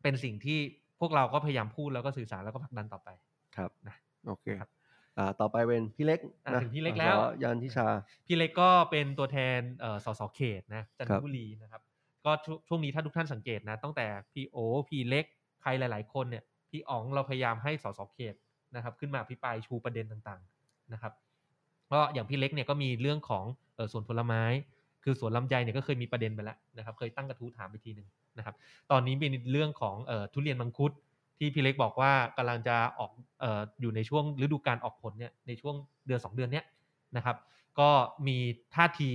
F: เป็นสิ่งที่พวกเราก็พยายามพูดแล้วก็สื่อสารแล้วก็ผลักดันต่อไป
C: ครับ
F: นะ
C: โอเค
F: ครับ
C: อ่าต่อไปเป็นพี่เล็ก
F: อ่ะ
C: นะ
F: ถึงพี่เล็กแล้ว
C: สสยานทิชา
F: พี่เล็กก็เป็นตัวแทนเอ่อสสเขตนะจันทบุรีนะครับก็ช่วงช่วงนี้ถ้าทุกท่านสังเกตนะตั้งแต่พี่โอพี่เล็กใครหลาย ๆ คนเนี่ยพี่อ๋องเราพยายามให้สสเขตนะครับ ขึ้นมาพิปรายชูประเด็นต่างๆนะครับก็อย่างพี่เล็กเนี่ยก็มีเรื่องของเอ่อสวนผลไม้ คือสวนลำไยเนี่ยก็เคยมีประเด็นไปแล้วนะครับ เคยตั้งกระทู้ถามไปทีหนึ่งนะครับ ตอนนี้เป็นเรื่องของเอ่อทุเรียนมังคุดที่พี่เล็กบอกว่ากำลังจะออกเอ่ออยู่ในช่วงฤดูการออกผลเนี่ยในช่วงเดือน 2 เดือนเนี้ยนะครับ ก็มีท่าที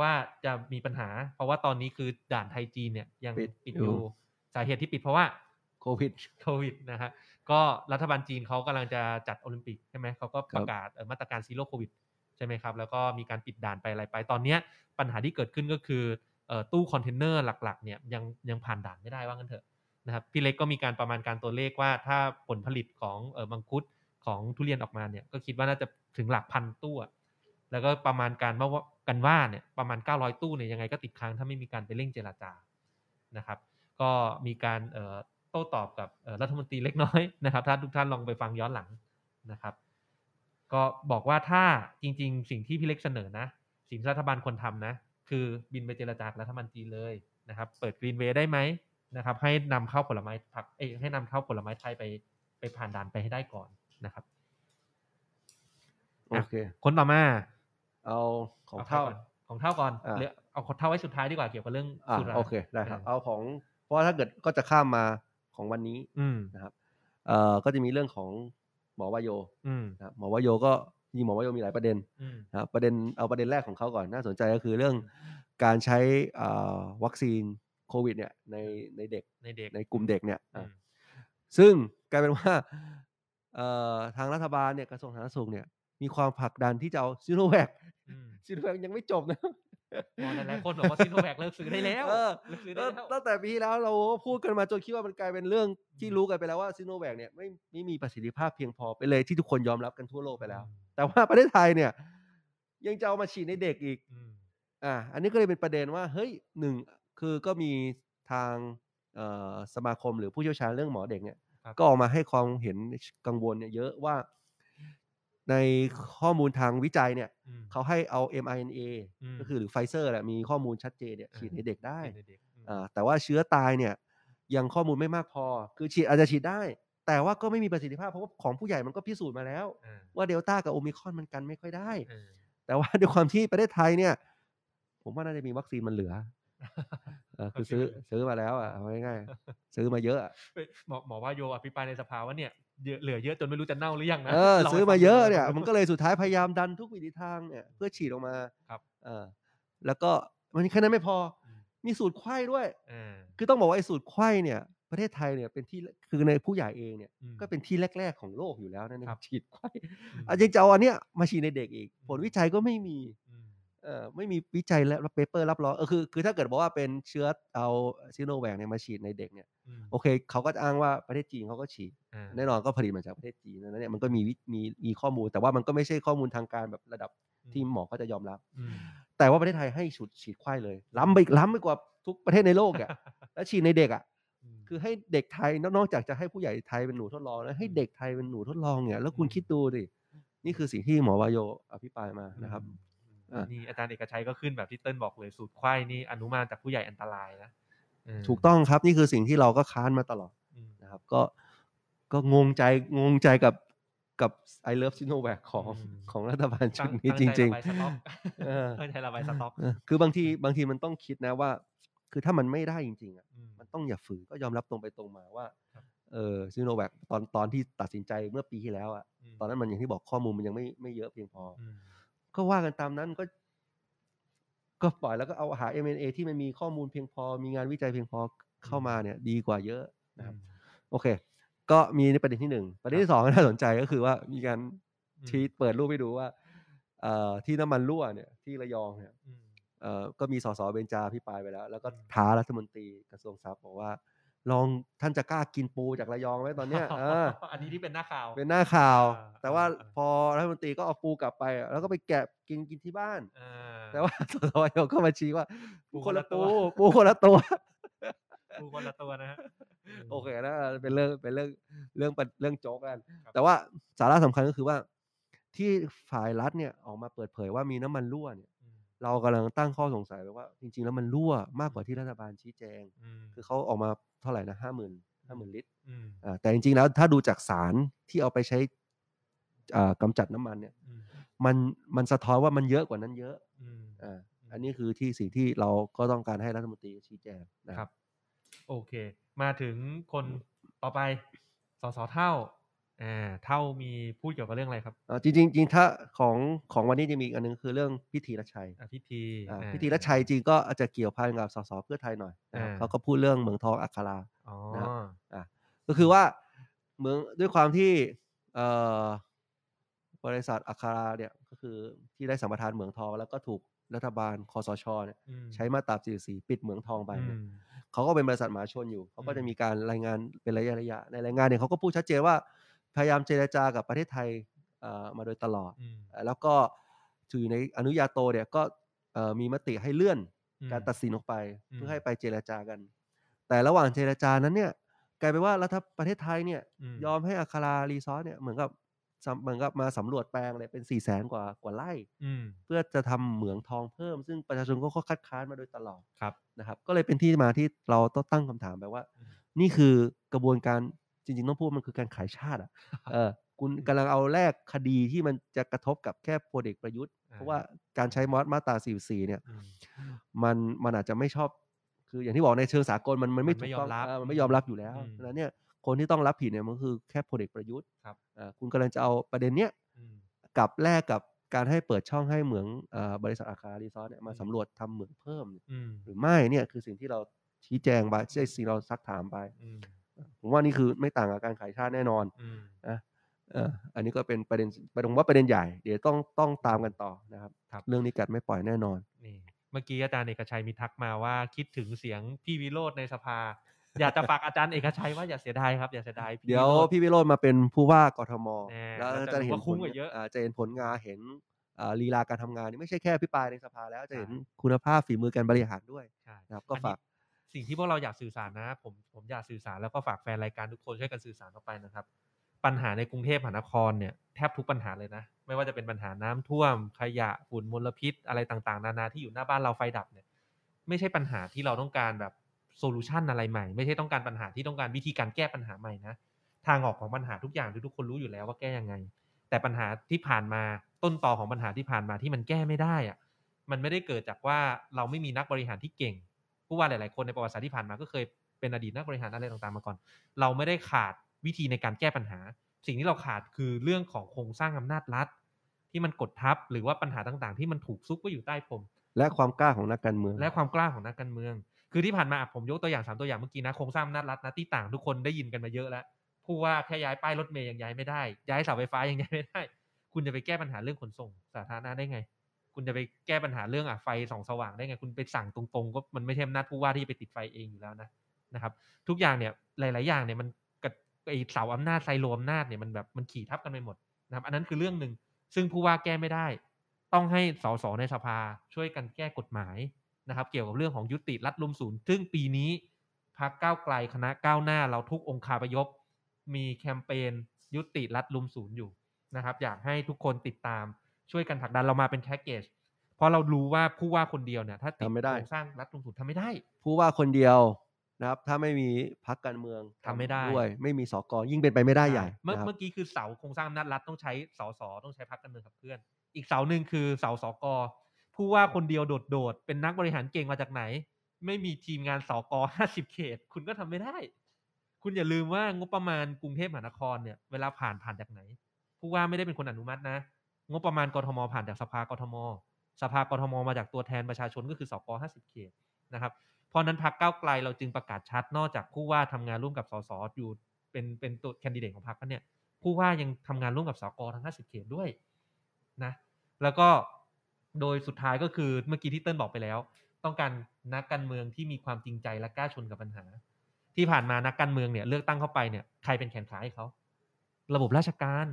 F: ว่าจะมีปัญหา เพราะว่าตอนนี้คือด่านไทยจีนเนี่ยยัง
C: ปิด
F: ปิด
C: อยู่
F: อยู่สาเหตุที่ปิดเพราะว่า
C: โควิด
F: โควิดนะฮะก็รัฐบาลจีนเขากำลังจะจัดโอลิมปิกใช่ไหมเขาก็ประกาศเอ่อมาตรการซีโร่โควิดใช่ไหมครับ แล้วก็มีการปิดด่านไปอะไรไป ตอนเนี้ยปัญหาที่เกิดขึ้นก็คือเอ่อตู้คอนเทนเนอร์หลักๆเนี่ยยังยังผ่านด่านไม่ได้ว่างั้นเถอะนะครับพี่เล็กก็มีการประมาณการตัวเลขว่าถ้าผลผลิตของเอ่อมังคุดของทุเรียนออกมาเนี่ยก็คิดว่าน่าจะถึงหลักพันตู้อะแล้วก็ประมาณการว่ากันว่าเนี่ยประมาณ 900 ตู้เนี่ยยังไงก็ติดค้างถ้าไม่มีการไปเร่งเจรจานะครับ ก็มีการเอ่อโต้ตอบกับเอ่อรัฐมนตรีเล็กน้อยนะครับ ถ้าทุกท่านลองไปฟังย้อนหลังนะครับ ก็บอกว่าถ้าจริง ๆ สิ่งที่พี่เล็กเสนอนะ สิ่งที่รัฐบาลควรทำนะ คือบินไปเจรจากับรัฐบาลจีนเลยนะครับ เปิดกรีนเวย์ได้ไหมนะครับ ให้นำเข้าผลไม้ผักเอ้ยให้นำเข้าผลไม้ไทยไปไปผ่านด่านไปให้ได้ก่อนนะครับ
C: โอ
F: อ่ะ
C: เค
F: คนต่อมา
C: เอาของ
F: ใคร
C: เท่า
F: ก่นของเท่าก่อน
C: อ่ะ
F: หรือเอาของเท่าไว้สุดท้ายดีกว่าเกี่ยวกับเรื่อง
C: อ่า
F: สุรา
C: โอเคได้ครับ
F: อ
C: เอาของเพราะว่าถ้าเกิดก็จะข้ามมาของวันนี้
F: อืม
C: นะครับเอ่อก็จะมีเรื่องของหมอวโย
F: อืม
C: นะครับหมอวโยก็จริงๆหมอวโยมีหลายประเด็น
F: อืม
C: นะครับประเด็นเอาประเด็นแรกของเขาก่อนน่าสนใจก็คือเรื่องการใช้เอ่อวัคซีนโควิดเนี่ยในในเด็ก
F: ในเด็ก
C: ในกลุ่มเด็กเนี่ย
F: อืม
C: อ่ะซึ่งกลายเป็นว่าเอ่อทางรัฐบาล เนี่ยกระทรวงสาธารณสุขเนี่ยมีความผลักดันที่จะเอาซิโนแวค
F: อืม
C: ซิโนแวคยังไม่จบนะ
F: หมอหลายๆคนบอกว่าซิโนแวคเลิกซื้อได้แล้ว
C: เออ
F: เลิกซื้อได้
C: แล้ว
F: แล้ว
C: ตั้งแต่ปีที่แล้วเราก็พูดกันมาจนคิดว่ามันกลายเป็นเรื่องที่รู้กันไปแล้วว่าซิโนแวคเนี่ยไม่ไม่มีประสิทธิภาพเพียงพอไปเลยที่ทุกคนยอมรับกันทั่วโลกไปแล้ว แต่ว่า ประเทศไทยเนี่ย ยังจะเอามาฉีดในเด็กอีก
F: อืม
C: อ่า อันนี้ก็เลยเป็นประเด็นว่า เฮ้ยหนึ่งคือก็มีทางเอ่อสมาคมหรือผู้เชี่ยวชาญเรื่องหมอเด็กเนี่ย
F: ครับ
C: ก็ออกมาให้ความเห็นกังวลเนี่ยเยอะว่าในข้อมูลทางวิจัยเนี่ย
F: อืม
C: เขาให้เอา mRNA
F: อืม
C: ก็คือหรือไฟเซอร์แหละมีข้อมูลชัดเจนเนี่ยฉีดในเด็กได้
F: เป็นเด็กๆอืม
C: อ่าแต่ว่าเชื้อตายเนี่ยยังข้อมูลไม่มากพอ คือฉีดอาจจะฉีดได้ แต่ว่าก็ไม่มีประสิทธิภาพเพราะว่าของผู้ใหญ่มันก็พิสูจน์มาแล้ว
F: อ่า
C: ว่าเดลต้ากับโอมิครอนมันกันไม่ค่อยได้
F: เออ
C: แต่ว่า ด้วยความที่ประเทศไทยเนี่ย ผมว่าน่าจะมีวัคซีนมันเหลือเอ อคือซื้อ
F: วัคซีนมั
C: ซื้อ
F: นเหลือ
C: มาแล้วอ่ะเอาง่ายๆ ซื้อมาเยอะอะ
F: เฮ้ยหมอหมอว่าโยอภิปรายในสภาว่าเนี่ยเยอะเหลือเยอะจนไม่รู้จะเน่า หรือยังนะ
C: เออ
F: ล่ให้
C: ซื้อ
F: ฟัง
C: มาเยอะเนี่ย
F: ห
C: มันก็เลยสุดท้ายพยายามดันทุกวิธีทางเนี่ยเพื่อฉีดออกมา
F: ครับ
C: เออแล้วก็มันแค่นั้นไม่พอ มีสูตรไข้ด้วย
F: อ่า
C: คือต้องบอกว่าไอ้สูตรไข้เนี่ย ประเทศไทยเนี่ยเป็นที่คือในผู้ใหญ่เองเนี่ย
F: อืม
C: ก็เป็นที่แรก ๆ ของโลกอยู่แล้วนะเนี่ย
F: ครับ
C: ฉีดไข้
F: ม
C: อาจจะเอาอันเนี้ยมาฉีดในเด็กอีก ผลวิจัยก็ไม่มี
F: อืม
C: เอ่อไม่มีวิจัยและเปเปอร์รับรองเออคือคือถ้าเกิดบอกว่าเป็นเชื้อเอาซิโนแวคเนี่ยมาฉีดในเด็กเนี่ย
F: อืม
C: โอเคเขาก็จะอ้างว่าประเทศจีนเขาก็ฉีด
F: อ่า
C: แน่นอนก็ผลิตมาจากประเทศจีนนั้นเนี่ยมันก็มีวิมีมีข้อมูล แต่ว่ามันก็ไม่ใช่ข้อมูลทางการแบบระดับที่หมอก็จะยอมรับ
F: อืม
C: แต่ว่าประเทศไทยให้ฉุดฉีดไข้เลย ล้ำไปอีกล้ำไปกว่าทุกประเทศในโลกอ่ะและฉีดในเด็กอ่ะ
F: ม
C: คือให้เด็กไทยนนอกจากจะให้ผู้ใหญ่ไทยเป็นหนูทดลองแล้วให้เด็กไทยเป็นหนูทดลองเนี่ยแล้วคุณ
F: อืม
C: คิดดูดินี่คือสิ่งที่หมอวายโยอภิปรายมานะครับ อ่ะ
F: นี่อาจารย์เอกชัยก็ขึ้นแบบที่เติ้ลบอกเลยสูตรไข้นี่อนุมานจากผู้ใหญ่อันตรายนะเ
C: ถูกต้องครับนี่คือสิ่งที่เราก็ค้านมาตลอด
F: อืม
C: นะครับ ก็ก็งงใจงงใจกับกับไอเลิฟซิโนแวคของ
F: อืม
C: ของรัฐบาลชุ
F: ตั้
C: ดนี้จ
F: ตั้ใจ
C: ริง
F: ระบายสต็อก
C: เออ
F: ตั้งใจระบายสต็อก
C: ๆเออคือบางทีบางทีมันต้องคิดนะว่า คือถ้ามันไม่ได้จริงๆอ่ะ
F: อืม
C: มันต้องอย่าฝืนก็ยอมรับตรงไปตรงมาว่า
F: ครับ
C: เออซิโนแวคตอนตอนที่ตัดสินใจเมื่อปีที่แล้วอ่ะ ตอนนั้นมันอย่างที่บอกข้อมูลมันยังไม่ไม่เยอะเพียงพออ
F: อืม
C: ก็ว่ากันตามนั้นก็ ก็ปล่อยแล้วก็เอาหา m a ที่มันมีข้อมูลเพียงพอ มีงานวิจัยเพียงพอเข้ามาเนี่ย ดีกว่าเยอะนะครับ โอเค ก็มีในประเด็นที่หนึ่งประเด็นที่สองน่าสนใจก็คือว่ามีการชี้เปิดรูปให้ดูว่าเอ่อที่น้ำมันรั่วเนี่ย ที่ระยองเนี่ย
F: อืม
C: เอ่อก็มีสสเบญจาพิปรายไปแล้ว แล้วก็
F: อืม
C: ท้ารัฐมนตรีกระทรวงทรัพย์บอกว่า ลองท่านจะกล้ากินปูจากระยองไหมตอนเนี้ยเออ
F: อันนี้ที่เป็นหน้าข่าว
C: เป็นหน้าข่าว
F: อ่า
C: แต่ว่า
F: อ่า
C: พอรัฐมนตรีก็เอาปูกลับไปอะแล้วก็ไปแกะกินกินที่บ้าน
F: อ่
C: แต่ว่า สสยก็มาชี้ว่า
F: ปู
C: ปู
F: คน
C: คนละ
F: ละตั
C: ปู
F: ว
C: ปูคนละ ตัว
F: ดูคนละตัวนะฮะ
C: โอเคนะเออเป็นเรื่องเป็นเรื่องเรื่องประเรื่องโจ๊กกัน
F: ครับ
C: แต่ว่าสาระสำคัญก็คือว่า ที่ฝ่ายรัฐเนี่ยออกมาเปิดเผยว่ามีน้ำมันรั่วเนี่ย
F: อืม
C: เรากำลังตั้งข้อสงสัยไปว่า จริง ๆ แล้วมันรั่วมากกว่าที่รัฐบาลชี้แจง
F: อืม
C: คือเขาออกมาเท่าไหร่นะห้าหมื่นห้าหมื่นลิตร
F: อืม
C: อ่าแต่จริงๆแล้วถ้าดูจากสารที่เอาไปใช้อ่ากำจัดน้ำมันเนี่ย
F: อืม
C: มันมันสะท้อนว่ามันเยอะกว่านั้นเยอะ
F: อืม
C: อ่าอันนี้คือที่สิ่งที่เราก็ต้องการให้รัฐมนตรีชี้แจงนะค
F: ครั
C: รับ
F: บ โอเค มาถึงคนต่อไป สสเท่า อ่า เท่ามีพูดเกี่ยวกับเรื่องอะไรครับ
C: อ่าจริงๆจริงๆถ้าของของวันนี้จะมีอีกอันหนึงคือเรื่องพิธีรชัย
F: อ่ะพิธี
C: อ่า
F: อ่า
C: พิธีรชัยจริงก็อาจจะเกี่ยวพันกับสสเพื่อไทยหน่อยนะครับ
F: อ่า
C: เขาก็พูดเรื่องเหมืองทองอัครา
F: อ๋อ
C: นะครับ ก็คือว่าเหมืองด้วยความที่เอ่อบริษัทอัคราเนี่ยก็คือที่ได้สัมปทานเหมืองทอง แล้วก็ถูกรัฐบาลคอสชเนี่ย
F: อืม
C: ใช้มาตรา44ปิดเหมืองทองไป
F: อื
C: เนี่ย
F: ม
C: เขาก็เป็นบริษัทหมหาชนอยู่ เขาก็
F: อื
C: จะ
F: ม
C: มีการรายงานเป็นระยะระยะ ในรายงานเนี่ยเขาก็พูดชัดเจนว่า พยายามเจรจากับประเทศไทยเอ่อมาโดยตลอด
F: อืม
C: เอ่อแล้วก็ถืออยู่ในอนุญาโตเนี่ยก็เอ่อมีมติให้เลื่อน
F: อืม
C: การตัดสินออกไป
F: อืม
C: เพื่อให้ไปเจรจากัน แต่ระหว่างเจรจานั้นเนี่ยกลายเป็นว่ารัฐประเทศไทยเนี่ย
F: ม
C: ยอมให้อัคารารีซอสเนี่ยเหมือนกับสำเหมือนกับมาสำรวจแปลงเลยเป็น4ี่แสนกว่ากว่าไร่
F: อืม
C: เพื่อจะทำเหมืองทองเพิ่ม ซึ่งประชาชนก็ก็คัดค้านมาโดยตลอด
F: ครับ
C: นะครับก็เลยเป็นที่มาที่เราต้องตั้งคำถามไปว่า
F: อืม
C: นี่คือกระบวนการจริง ๆ ต้องพูดมันคือการขายชา ติอ่ะ เออคุณกำลังเอาแลกคดีที่มันจะกระทบกับแค่พลเอกประยุทธ์
F: อ่า
C: เพราะว่าการใช้มอสมาตรา44เนี่ย
F: อืม
C: มันมันอาจจะไม่ชอบ คืออย่างที่บอกในเชิงสากลมันมันไม่
F: มัน
C: ถู
F: ไม่
C: ก
F: ยอ
C: ต้อ
F: ม
C: ง
F: รับ
C: เออมันไม่ยอมรับอยู่แล้ว
F: อืม
C: ฉะนั้นเนี่ยคนที่ต้องรับผิดเนี่ยมันคือแค่พลเอกประยุทธ์
F: ครับ
C: เอ่อคุณกำลังจะเอาประเด็นเนี้ย
F: อืม
C: กับแลกกับการให้เปิดช่องให้เหมืองเออบริษัทอาคารีซอสเนี่ยมา
F: อืม
C: สำรวจทำเหมืองเพิ่มเนี่ย
F: อืม
C: หรือไม่เนี่ยคือสิ่งที่เราชี้แจงไปใช่สิ่งเราซักถามไป
F: อืม
C: ผมว่านี่คือไม่ต่างกับการขายชาติแน่นอน
F: อืม
C: เอออันนี้ก็เป็นประเด็นประเด็นผมว่าประเด็นใหญ่ เดี๋ยวต้องต้องตามกันต่อนะครับ เรื่องนี้กัดไม่ปล่อยแน่นอน
F: นี่ มื่อกี้อาจารย์เอกชัยมีทักมาว่าคิดถึงเสียงพี่วิโรจน์ในสภา อยากจะฝากอาจารย์เอกชัยว่าอย่าเสียดายครับอย่าเสียดาย
C: เดี๋ยวพี่วิโรจน์มาเป็นผู้ว่ากทม
F: แน่
C: แล้ว
F: แล้วจะ
C: จะเห็น
F: ว่าคุ้มกว่าเยอะ
C: าจะเห็นผลงานเห็นอ่าลีลาการทำงานนี่ไม่ใช่แค่พิปรายในสภาแล้วจะเห็นคุณภาพฝีมือการบริหารด้วย
F: ใช่
C: นะครับก็
F: อันนี้
C: ฝาก
F: สิ่งที่พวกเราอยากสื่อสารนะ ผมผมอยากสื่อสารแล้วก็ฝากแฟนรายการทุกคนช่วยกันสื่อสารออกไปนะครับ ปัญหาในกรุงเทพมหานครเนี่ยแทบทุกปัญหาเลยนะ ไม่ว่าจะเป็นปัญหาน้ำท่วม ขยะฝุ่นมลพิษ อะไรต่างๆ นานาที่อยู่หน้าบ้านเราไฟดับเนี่ย ไม่ใช่ปัญหาที่เราต้องการแบบโซลูชันอะไรใหม่ ไม่ใช่ต้องการปัญหาที่ต้องการวิธีการแก้ปัญหาใหม่นะ ทางออกของปัญหาทุกอย่างทุกๆคนรู้อยู่แล้วว่าแก้ยังไง แต่ปัญหาที่ผ่านมาต้นตอของปัญหาที่ผ่านมาที่มันแก้ไม่ได้อะมันไม่ได้เกิดจากว่าเราไม่มีนักบริหารที่เก่ง ผู้ว่าหลาย ๆ คนในประวัติศาสตร์ที่ผ่านมาก็เคยเป็นอดีตนักบริหารอะไรต่าง ๆ มาก่อน เราไม่ได้ขาดวิธีในการแก้ปัญหา สิ่งที่เราขาดคือเรื่องของโครงสร้างอำนาจรัฐ ที่มันกดทับหรือว่าปัญหาต่าง ๆ ที่มันถูกซุกไว้อยู่ใต้ผม
C: และความกล้าของนักการเมือง
F: และความกล้าของนักการเมือง คือที่ผ่านมาอ่ะผมยกตัวอย่างสามตัวอย่างเมื่อกี้นะโครงสร้างอำนาจรัฐนะที่ต่างทุกคนได้ยินกันมาเยอะแล้วผู้ว่าแค่ย้ายป้ายรถเมย์ยังย้ายไม่ได้ ย้ายเสาไฟฟ้ายังย้ายไม่ได้ คุณจะไปแก้ปัญหาเรื่องขนส่งสาธารณะได้ไง คุณจะไปแก้ปัญหาเรื่องอ่ะไฟส่องสว่างได้ไง คุณไปสั่งตรงๆ ก็มันไม่ใช่อำนาจผู้ว่าที่จะไปติดไฟเองอยู่แล้วนะนะครับ ทุกอย่างเนี่ยหลาย ๆ อย่างเนี่ยมันกับไอเสาอำนาจไซโลอำนาจเนี่ยมันแบบมันขี่ทับกันไปหมดนะครับ อันนั้นคือเรื่องหนึ่งซึ่งผู้ว่าแก้ไม่ได้ ต้องให้สสในสภาช่วยกันแก้กฎหมาย นะครับเกี่ยวกับเรื่องของยุติรัฐลุมศูนย์ ซึ่งปีนี้พักก้าวไกลคณะก้าวหน้าเราทุกองคาพยพ มีแคมเปญยุติรัฐลุมศูนย์อยู่นะครับ อยากให้ทุกคนติดตามช่วยกันผลักดันเรามาเป็นแพ็กเกจเพราะเรารู้ว่าผู้ว่าคนเดียวเนี่ยถ้าติด
C: ทำไม่ได้
F: โครงสร้างรัฐลุมศูนย์ทำไม่ได้
C: ผู้ว่าคนเดียวนะครับ ถ้าไม่มีพักการเมือง
F: ทำไม่ได้
C: ด้วย ไม่มีสกยิ่งเป็นไปไม่ได้ใหญ่
F: เมื่อ
C: นะครับ
F: เมื่อกี้คือเสาโครงสร้างอำนาจรัฐต้องใช้สสต้องใช้พรรคการเมืองขับเคลื่อน อีกเสาหนึ่งคือเสาสกผู้ว่าคนเดียวโดดๆเป็นนักบริหารเก่งมาจากไหน ไม่มีทีมงานสกห้าสิบเขต คุณก็ทำไม่ได้ คุณอย่าลืมว่างบประมาณกรุงเทพมหานครเนี่ยเวลาผ่านผ่านจากไหน ผู้ว่าไม่ได้เป็นคนอนุมัตินะ งบประมาณกทมผ่านจากสภากทม สภากทมมาจากตัวแทนประชาชนก็คือสกห้าสิบเขตนะครับ เพราะฉะนั้นพักก้าวไกลเราจึงประกาศชัดนอกจากผู้ว่าทำงานร่วมกับสสอยู่เป็นเป็นตัวแคนดิเดตของพรรคแล้วเนี่ย ผู้ว่ายังทำงานร่วมกับสกทั้ง 50 เขตด้วยนะ แล้วก็โดยสุดท้ายก็คือเมื่อกี้ที่เติ้ลบอกไปแล้ว ต้องการนักการเมืองที่มีความจริงใจและกล้าชนกับปัญหา ที่ผ่านมานักการเมืองเนี่ยเลือกตั้งเข้าไปเนี่ยใครเป็นแขนขาให้เขาระบบราชการ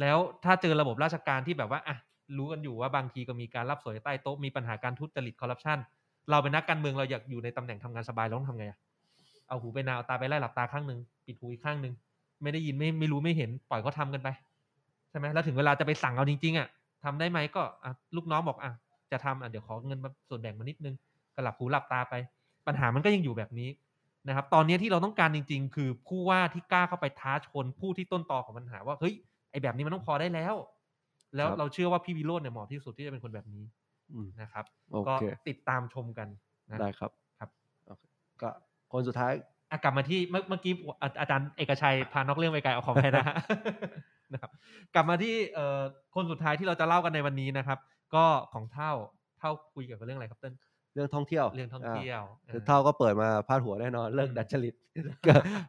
F: แล้วถ้าเจอระบบราชการที่แบบว่าอ่ะรู้กันอยู่ว่าบางทีก็มีการรับสวยใต้โต๊ะมีปัญหาการทุจริตคอร์รัปชันเราเป็นนักการเมืองเราอยากอยู่ในตำแหน่งทำงานสบายเราต้องทำไงอะเอาหูไปนาเอาตาไปไล่หลับตาข้างหนึ่งปิดหูอีกข้างหนึ่ง ไม่ได้ยินไม่ไม่รู้ไม่เห็นปล่อยเขาทำกันไป ใช่ไหมแล้วถึงเวลาจะไปสั่งเอาจริงๆอ่ะทำได้ไหมก็อ่ะลูกน้องบอกอ่ะจะทำอ่ะเดี๋ยวขอเงินมาส่วนแบ่งมานิดนึงก็หลับหูหลับตาไป ปัญหามันก็ยังอยู่แบบนี้นะครับ ตอนนี้ที่เราต้องการจริง ๆ คือผู้ว่าที่กล้าเข้าไปท้าชนผู้ที่ต้นตอของปัญหาว่าเฮ้ยไอแบบนี้มันต้องพอได้แล้ว แล้วเราเชื่อว่าพี่วิโรจน์เนี่ยเหมาะที่สุดที่จะเป็นคนแบบนี้
C: อืม
F: นะครับ
C: โอ
F: ก็
C: เค
F: ติดตามชมกันนะ
C: ได้ครับ
F: ครับ
C: โอเคก็คนสุดท้าย
F: อ่ะกลับมาที่เมื่อเมื่อกี้อาอาจารย์เอกชัยพานอกเรื่องไปไกลเอาของไปนะ นะครับกลับมาที่เอ่อคนสุดท้ายที่เราจะเล่ากันในวันนี้นะครับ ก็ของเท่าเท่าคุยเกี่ยวกับเรื่องอะไรครับเต้น
C: เรื่องท่องเที่ยว
F: เรื่องท่องเที่
C: า
F: ยว
C: เดี๋ยว
F: ออ
C: เท่าก็เปิดมาพาดหัวแน่น อน เลิก
F: อืม
C: ดัดจ ริต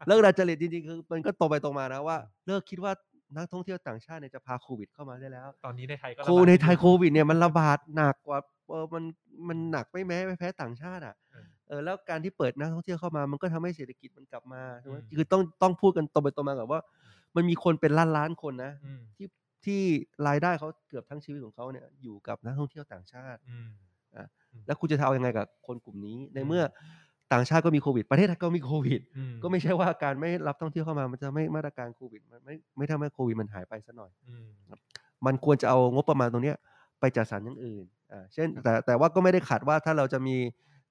C: เลิกดัดจริตจริงๆคือมันก็ตรงไปตรงมานะว่า เลิกคิดว่านักท่องเที่ยวต่างชาติเนี่ยจะพาโควิดเข้ามาได้แล้ว
F: ตอนนี้ในไทยก็ระ
C: โค
F: บาด
C: ในไทยโควิดเนี่ยมันระบาดหนักกว่าเออมันมันหนักไม่แม้ไม่แพ้ต่างชาติอ่ะ
F: เออ
C: เออแล้วการที่เปิดนักท่องเที่ยวเข้ามามันก็ทำให้เศรษฐกิจมันกลับมาใช่ไหม
F: อืม
C: คือต้องต้องพูดกันตรงไปตรงมากับว่า มันมีคนเป็นล้านล้านๆคนนะ
F: อืม
C: ที่ที่รายได้เขาเกือบทั้งชีวิตของเขาเนี่ยอยู่กับนักท่องเที่ยวต่างชาติ
F: อืม
C: แล้วคุณจะเอายังไงกับคนกลุ่มนี้ใน
F: อืม
C: เมื่อต่างชาติก็มีโควิด ประเทศไทยก็มีโควิด
F: อืม
C: ก็ไม่ใช่ว่าการไม่รับท่องเที่ยวเข้ามามันจะไม่มาตรการโควิดมันไม่ไม่ทำให้โควิดมันหายไปซะหน่อย
F: อืม
C: มันควรจะเอางบประมาณตรงเนี้ยไปจัดสรรอย่างอื่น อ่า เช่น แต่แต่ว่าก็ไม่ได้ขัดว่าถ้าเราจะมี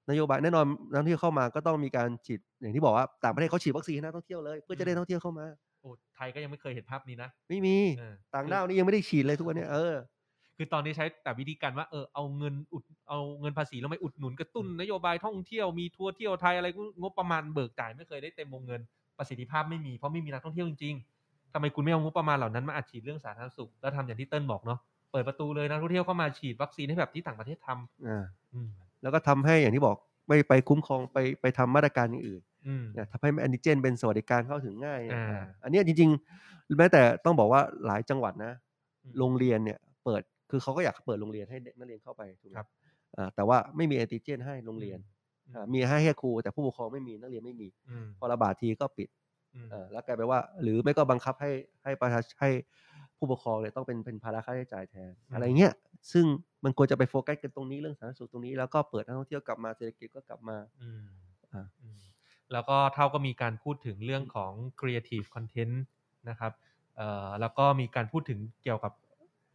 C: นโยบายแน่นอนนักท่องเที่ยวเข้ามาก็ต้องมีการฉีดอย่างที่บอกว่าต่างประเทศเขาฉีดวัคซีนให้นักท่องเที่ยวเลย เพื่อจะได้
F: อืม
C: นักท่องเที่ยวเข้ามา
F: โอ้ไทยก็ยังไม่เคยเห็นภาพนี้นะ
C: ไม่มี
F: เออ
C: ต่าง
F: คือ
C: ด้าวนี่ยังไม่ได้ฉีดเลยทุกวันเนี้ยเออ
F: คือตอนนี้ใช้แต่วิธีการว่าเออเอาเงินอุดเอาเงินภาษีแล้วไม่อุดหนุนกระตุ้นนโยบายท่องเที่ยวมีทัวร์เที่ยวไทยอะไรก็งบประมาณเบิกจ่ายไม่เคยได้เต็มวงเงิน ประสิทธิภาพไม่มีเพราะไม่มีนักท่องเที่ยวจริงๆทำไมคุณไม่เอางบประมาณเหล่านั้นมาอัดฉีดเรื่องสาธารณสุขแล้วทำอย่างที่เติ้ลบอกเนาะเปิดประตูเลยนักท่องเที่ยวเข้ามาฉีดวัคซีนให้แบบที่ต่างประเทศทำ
C: อ่า
F: อืม
C: แล้วก็ทำให้อย่างที่บอกไม่ไปคุ้มครองไปไปทำมาตรการอย่างอื่น
F: อืม
C: เนี่ยทำให้แอนติเจนเป็นสวัสดิการเข้าถึงง่ายเนี่ย
F: อ่า
C: อ่าอันเนี้ยจริงๆแม้แต่ต้องบอกว่าหลายจังหวัดนะ
F: อืม
C: โรงเรียนเนี่ยเปิดคือเขาก็อยากเปิดโรงเรียนให้เด็กนักเรียนเข้าไปถูกไหม
F: ครับ
C: อ่าแต่ว่าไม่มีแอนติเจนให้โรงเรียน
F: อืม
C: อ่ามีให้แค่ครู แต่ผู้ปกครองไม่มีนักเรียนไม่มี
F: อืม
C: พอระบาดทีก็ปิด
F: อืม
C: เอ่อแล้วกลายไปนว่า หรือไม่ก็บังคับให้ให้ประชาชนให้ผู้ปกครองเนี่ยต้องเป็นเป็นภาระค่าใช้จ่ายแทน อะไรเงี้ยซึ่งมันควรจะไปโฟกัสกันตรงนี้เรื่องสาธารณสุขตรงนี้แล้วก็เปิดนักท่องเที่ยวกลับมาเศรษฐกิจก็กลับมา
F: อืม
C: อ่า
F: อืมแล้วก็เท่าก็มีการพูดถึงเรื่องของ Creative Content นะครับเอ่อแล้วก็มีการพูดถึงเกี่ยวกับ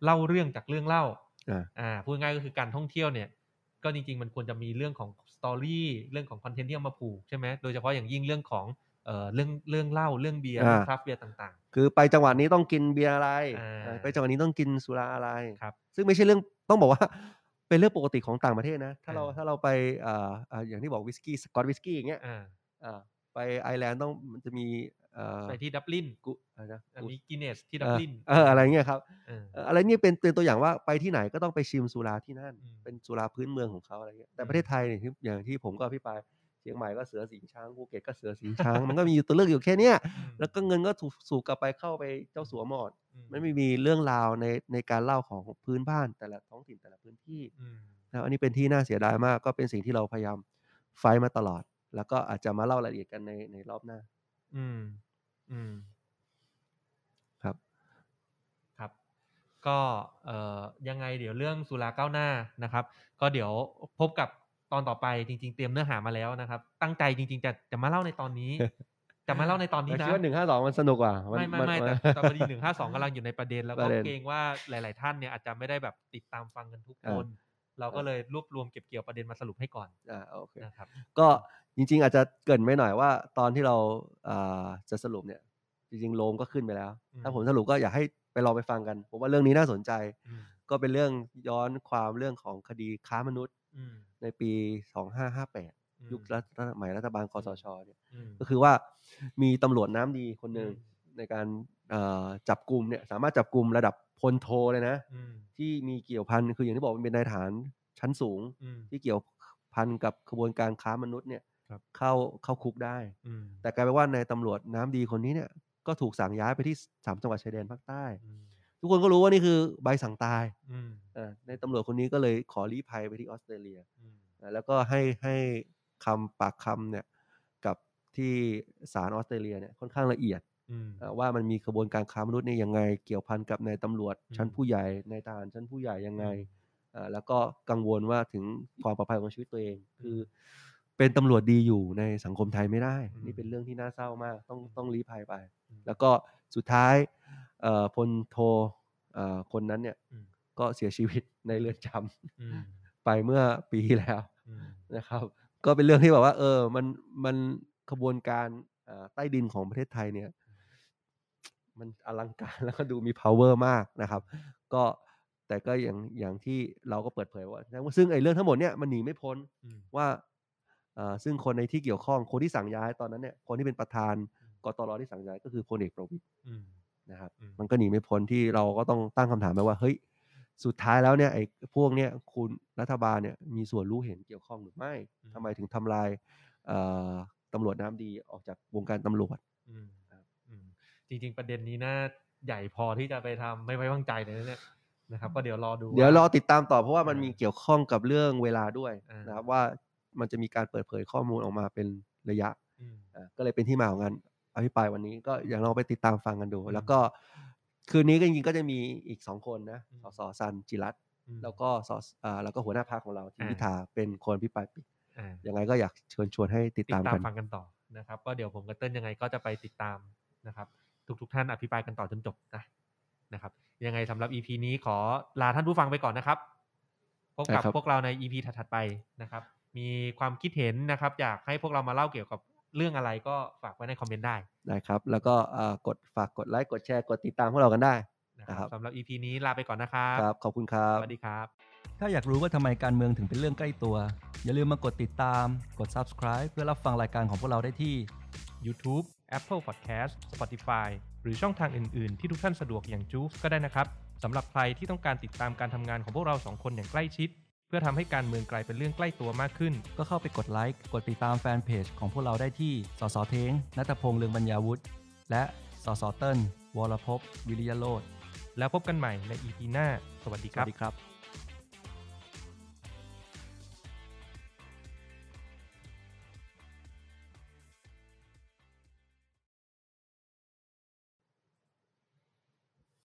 F: เล่าเรื่องจากเรื่องเล่า
C: อ่า
F: อ่าพูดง่ายก็คือการท่องเที่ยวเนี่ย ก็จริงๆ มันควรจะมีเรื่องของสตอรี่เรื่องของคอนเทนต์ที่เอามาผูกใช่ไหมโดยเฉพาะอย่างยิ่งเรื่องของเอ่อเรื่องเรื่องเหล้าเรื่องเบียร์
C: อ่า
F: เรื่องคราฟต์เบียร์ต่าง
C: คือไปจังหวัดนี้ต้องกินเบียร์อะไร
F: อ่า
C: อ่าไปจังหวัดนี้ต้องกินสุราอะไร
F: ครับ
C: ซึ่งไม่ใช่เรื่องต้องบอกว่า เป็นเรื่องปกติของต่างประเทศนะ ถ้าเรา
F: อ่า
C: ถ้าเราไปอ่าอ่าอย่างที่บอกวิสกี้สกอตวิสกี้อย่างเงี้ย
F: ๆอ่า
C: อ่าไปไอร์แลนด์ต้องมันจะมีเอ่อ
F: ไปที่ดับลิน
C: กุอะไรนะ
F: อ่ะ
C: กุ
F: มีกินเนสที่ดับลิน
C: เอออะไรเงี้ยครับ
F: เออ
C: เอ่ออะไรเนี่ยเป็นเป็นตัวอย่างว่าไปที่ไหนก็ต้องไปชิมสุราที่นั่น
F: อืม
C: เป็นสุราพื้นเมืองของเขาอะไรเงี้ยแต่
F: อืม
C: ประเทศไทยเนี่ยที่อย่างที่ผมก็อภิปรายเชียงใหม่ก็เสือสิงช้างภูเก็ตก็เสือสิง ช้าง มันก็มีตัวเลือกอยู่แค่เนี้ย แล้วก็เงินก็ถูกสูบกลับไปเข้าไปเจ้าสัวหมอด
F: อื
C: มันไม่มีเรื่องราวในในการเล่าของพื้นบ้านแต่ละท้องถิ่นแต่ละพื้นที่
F: อืม
C: นะครับอันนี้เป็นที่น่าเสียดายมาก ก็เป็นสิ่งที่เราพยายามไฟท์มาตลอด แล้วก็อาจจะมาเล่ารายละเอียดกันในในรอบหน้า
F: อืมอืม
C: ครับ
F: ครับ ก็เอ่อยังไงเดี๋ยวเรื่องสุราก้าวหน้านะครับ ก็เดี๋ยวพบกับตอนต่อไปจริง ๆ เตรียมเนื้อหามาแล้วนะครับ ตั้งใจจริง ๆ จะจะมาเล่าในตอน นี้ จะมาเล่าในตอนนี้
C: แต่
F: นะ
C: คิดว่าหนึ่งห้าสองมันสนุกกว่า
F: ไม่ไม่ไม่แต่แต่พอดีหนึ่งห้าสองกำลังอยู่ในประเด็น แล้ว
C: ป
F: ก็
C: ระเด็น
F: เกรงว่าหลาย ๆ ท่านเนี่ยอาจจะไม่ได้แบบติดตามฟังกันทุกคน เราก็เลยรวบรวมเก็บเกี่ยวประเด็นมาสรุปให้ก่อน
C: อ่าโอเค
F: นะครับ
C: ก็จริง ๆ อาจจะเกรินไว้หน่อยว่า ตอนที่เราอ่าจะสรุปเนี่ย จริงๆโลมก็ขึ้นไปแล้ว
F: อืม
C: ถ้าผมสรุปก็อยากให้ไปลองไปฟังกัน ผมว่าเรื่องนี้น่าสนใจ
F: อืม
C: ก็เป็นเรื่องย้อนความเรื่องของคดีค้ามนุษย์
F: อืม
C: ในปี 2558
F: อืม
C: ยุครัฐใหม่รัฐบาลคอสชเนี่ย
F: อืม
C: ก็คือว่ามีตำรวจน้ำดีคนหนึ่ง
F: อื
C: ในการเอ่อจับกลุ่มเนี่ยสามารถจับกลุ่มระดับพลโทเลยนะ
F: อืม
C: ที่มีเกี่ยวพันคืออย่างที่บอกมันเป็นนายฐานชั้นสูง
F: อืม
C: ที่เกี่ยวพันกับขบวนการค้ามนุษย์เนี่ย
F: ครับ
C: เข้าเข้าคุกได้
F: อืม
C: แต่กลายเป็นว่าในายตำรวจน้ำดีคนนี้เนี่ยก็ถูกสั่งย้ายไปที่สามจังหวัดชายแดนภาคใต้
F: อืม
C: ทุกคนก็รู้ว่านี่คือใบสั่งตาย
F: อืม
C: อ่าในตำรวจคนนี้ก็เลยขอลี้ภัยไปที่ออสเตรเลีย
F: อืม
C: อ่าแล้วก็ให้ให้คำปากคำเนี่ยกับที่ศาลออสเตรเลียเนี่ยค่อนข้างละเอียด
F: อืม
C: อ่าว่ามันมีขบวนการค้ามนุษย์เนี่ยยังไงเกี่ยวพันกับนายตำรวจ
F: อืม
C: ชั้นผู้ใหญ่นายทหารชั้นผู้ใหญ่ยังไงอ่าแล้วก็กังวลว่าถึงความปลอดภัยของชีวิตตัวเอง คือเป็นตำรวจดีอยู่ในสังคมไทยไม่ได้ นี่เป็นเรื่องที่น่าเศร้ามากต้องต้องรีภัยไป แล้วก็สุดท้ายเอ่อพลโทเอ่อคนนั้นเนี่ย
F: อืม
C: ก็เสียชีวิตในเรือนจ
F: อืม
C: ำไปเมื่อปีที่แล้ว
F: อืม
C: นะครับ ก็เป็นเรื่องที่แบบว่า เออ มันมันขบวนการเอ่อใต้ดินของประเทศไทยเนี่ย มันอลังการ แล้วก็ดูมี power มากนะครับ ก็แต่ก็อย่างอย่างที่เราก็เปิดเผยว่าซึ่งไอ้เรื่องทั้งหมดเนี่ยมันหนีไม่พ้น
F: อืม
C: ว่าเอ่อซึ่งคนในที่เกี่ยวข้องคนที่สั่งย้ายตอนนั้นเนี่ยคนที่เป็นประธานกตรที่สั่งย้ายก็คือพลเอกประวิตย
F: อืม
C: นะครับ
F: อืม
C: มันก็หนีไม่พ้นที่เราก็ต้องตั้งคำถามไปว่า เฮ้ย สุดท้ายแล้วเนี่ยไอ้พวกเนี่ยคุณรัฐบาลเนี่ยมีส่วนรู้เห็นเกี่ยวข้องหรือไม่ทำไมถึงทำลายเอ่อตำรวจน้ำดีออกจากวงการตำรวจ
F: อืมอืมจริง ๆ ประเด็นนี้น่าใหญ่พอที่จะไปทำไม่ไว้วางใจเลยนะเนี่ยนะครับ ก็เดี๋ยวรอดู
C: เดี๋ยวรอา ติดตามต่อเพราะว่ามัน
F: อ่ามี
C: มีเกี่ยวข้องกับเรื่องเวลาด้วย
F: อ่าน
C: นะครับว่ามันจะมีการเปิดเผยข้อมูลออกมาเป็นระยะ
F: อืม
C: อ่าก็เลยเป็นที่มาของงานอภิปรายวันนี้ก็อย่างเราไปติดตามฟังกันดู
F: อืม
C: แล้วก็คืนนี้ก็จริงๆก็จะมีอีกสองคนนะ
F: อืม
C: สสสันจิรัตน์
F: อืม
C: แล้วก็สสอ่าแล้วก็หัวหน้าพรรคของเราทีม
F: อ่า
C: พิธาเป็นคนอภิปรายปิด
F: อ่า
C: ยังไงก็อยากเชิญชวนให้ติด
F: ติด
C: ตาม
F: ตาม
C: กัน
F: ฟังกันต่อนะครับ ก็เดี๋ยวผมกับเติ้ลยังไงก็จะไปติดตามนะครับ ทุกๆท่านอภิปรายกันต่อจนจบนะนะครับ ยังไงสำหรับ EP นี้ขอลาท่านผู้ฟังไปก่อนนะครับพบกับ
C: ใช่ครับ
F: พวกเราใน EP ถัดๆไปนะครับ มีความคิดเห็นนะครับ อยากให้พวกเรามาเล่าเกี่ยวกับเรื่องอะไรก็ฝากไว้ในคอมเมนต์ได้
C: นะครับ แล้วก็เอ่อกดฝากกดไลค์กดแชร์กดติดตามพวกเรากันได้
F: นะค
C: ครั
F: รับบ สำหรับ EP นี้ลาไปก่อนนะครับ
C: ครับ ขอบคุณครับ
F: สวัสดีครับ
D: ถ้าอยากรู้ว่าทำไมการเมืองถึงเป็นเรื่องใกล้ตัว อย่าลืมมากดติดตาม กด subscribe เพื่อรับฟังรายการของพวกเราได้ที่
E: YouTube Apple Podcast Spotify หรือช่องทางอื่น ๆ ที่ทุกท่านสะดวกอย่างจูฟก็ได้นะครับสำหรับใครที่ต้องการติดตามการทำงานของพวกเราสองคนอย่างใกล้ชิด เพื่อทำให้การเมืองกลายเป็นเรื่องใกล้ตัวมากขึ้น
D: ก็เข้าไปกดไลค์ กดติดตามแฟนเพจของพวกเราได้ที่ สสเทงนัตพงษ์เลืองบรรยาวุฒิ และ สสเติ้ลวรภพ วิริยโรธ
E: แล้วพบกันใหม่ใน EP หน้า สวัสดี
D: ส
E: ค
D: วั
E: รั
D: ส
E: บ
D: ดีครับ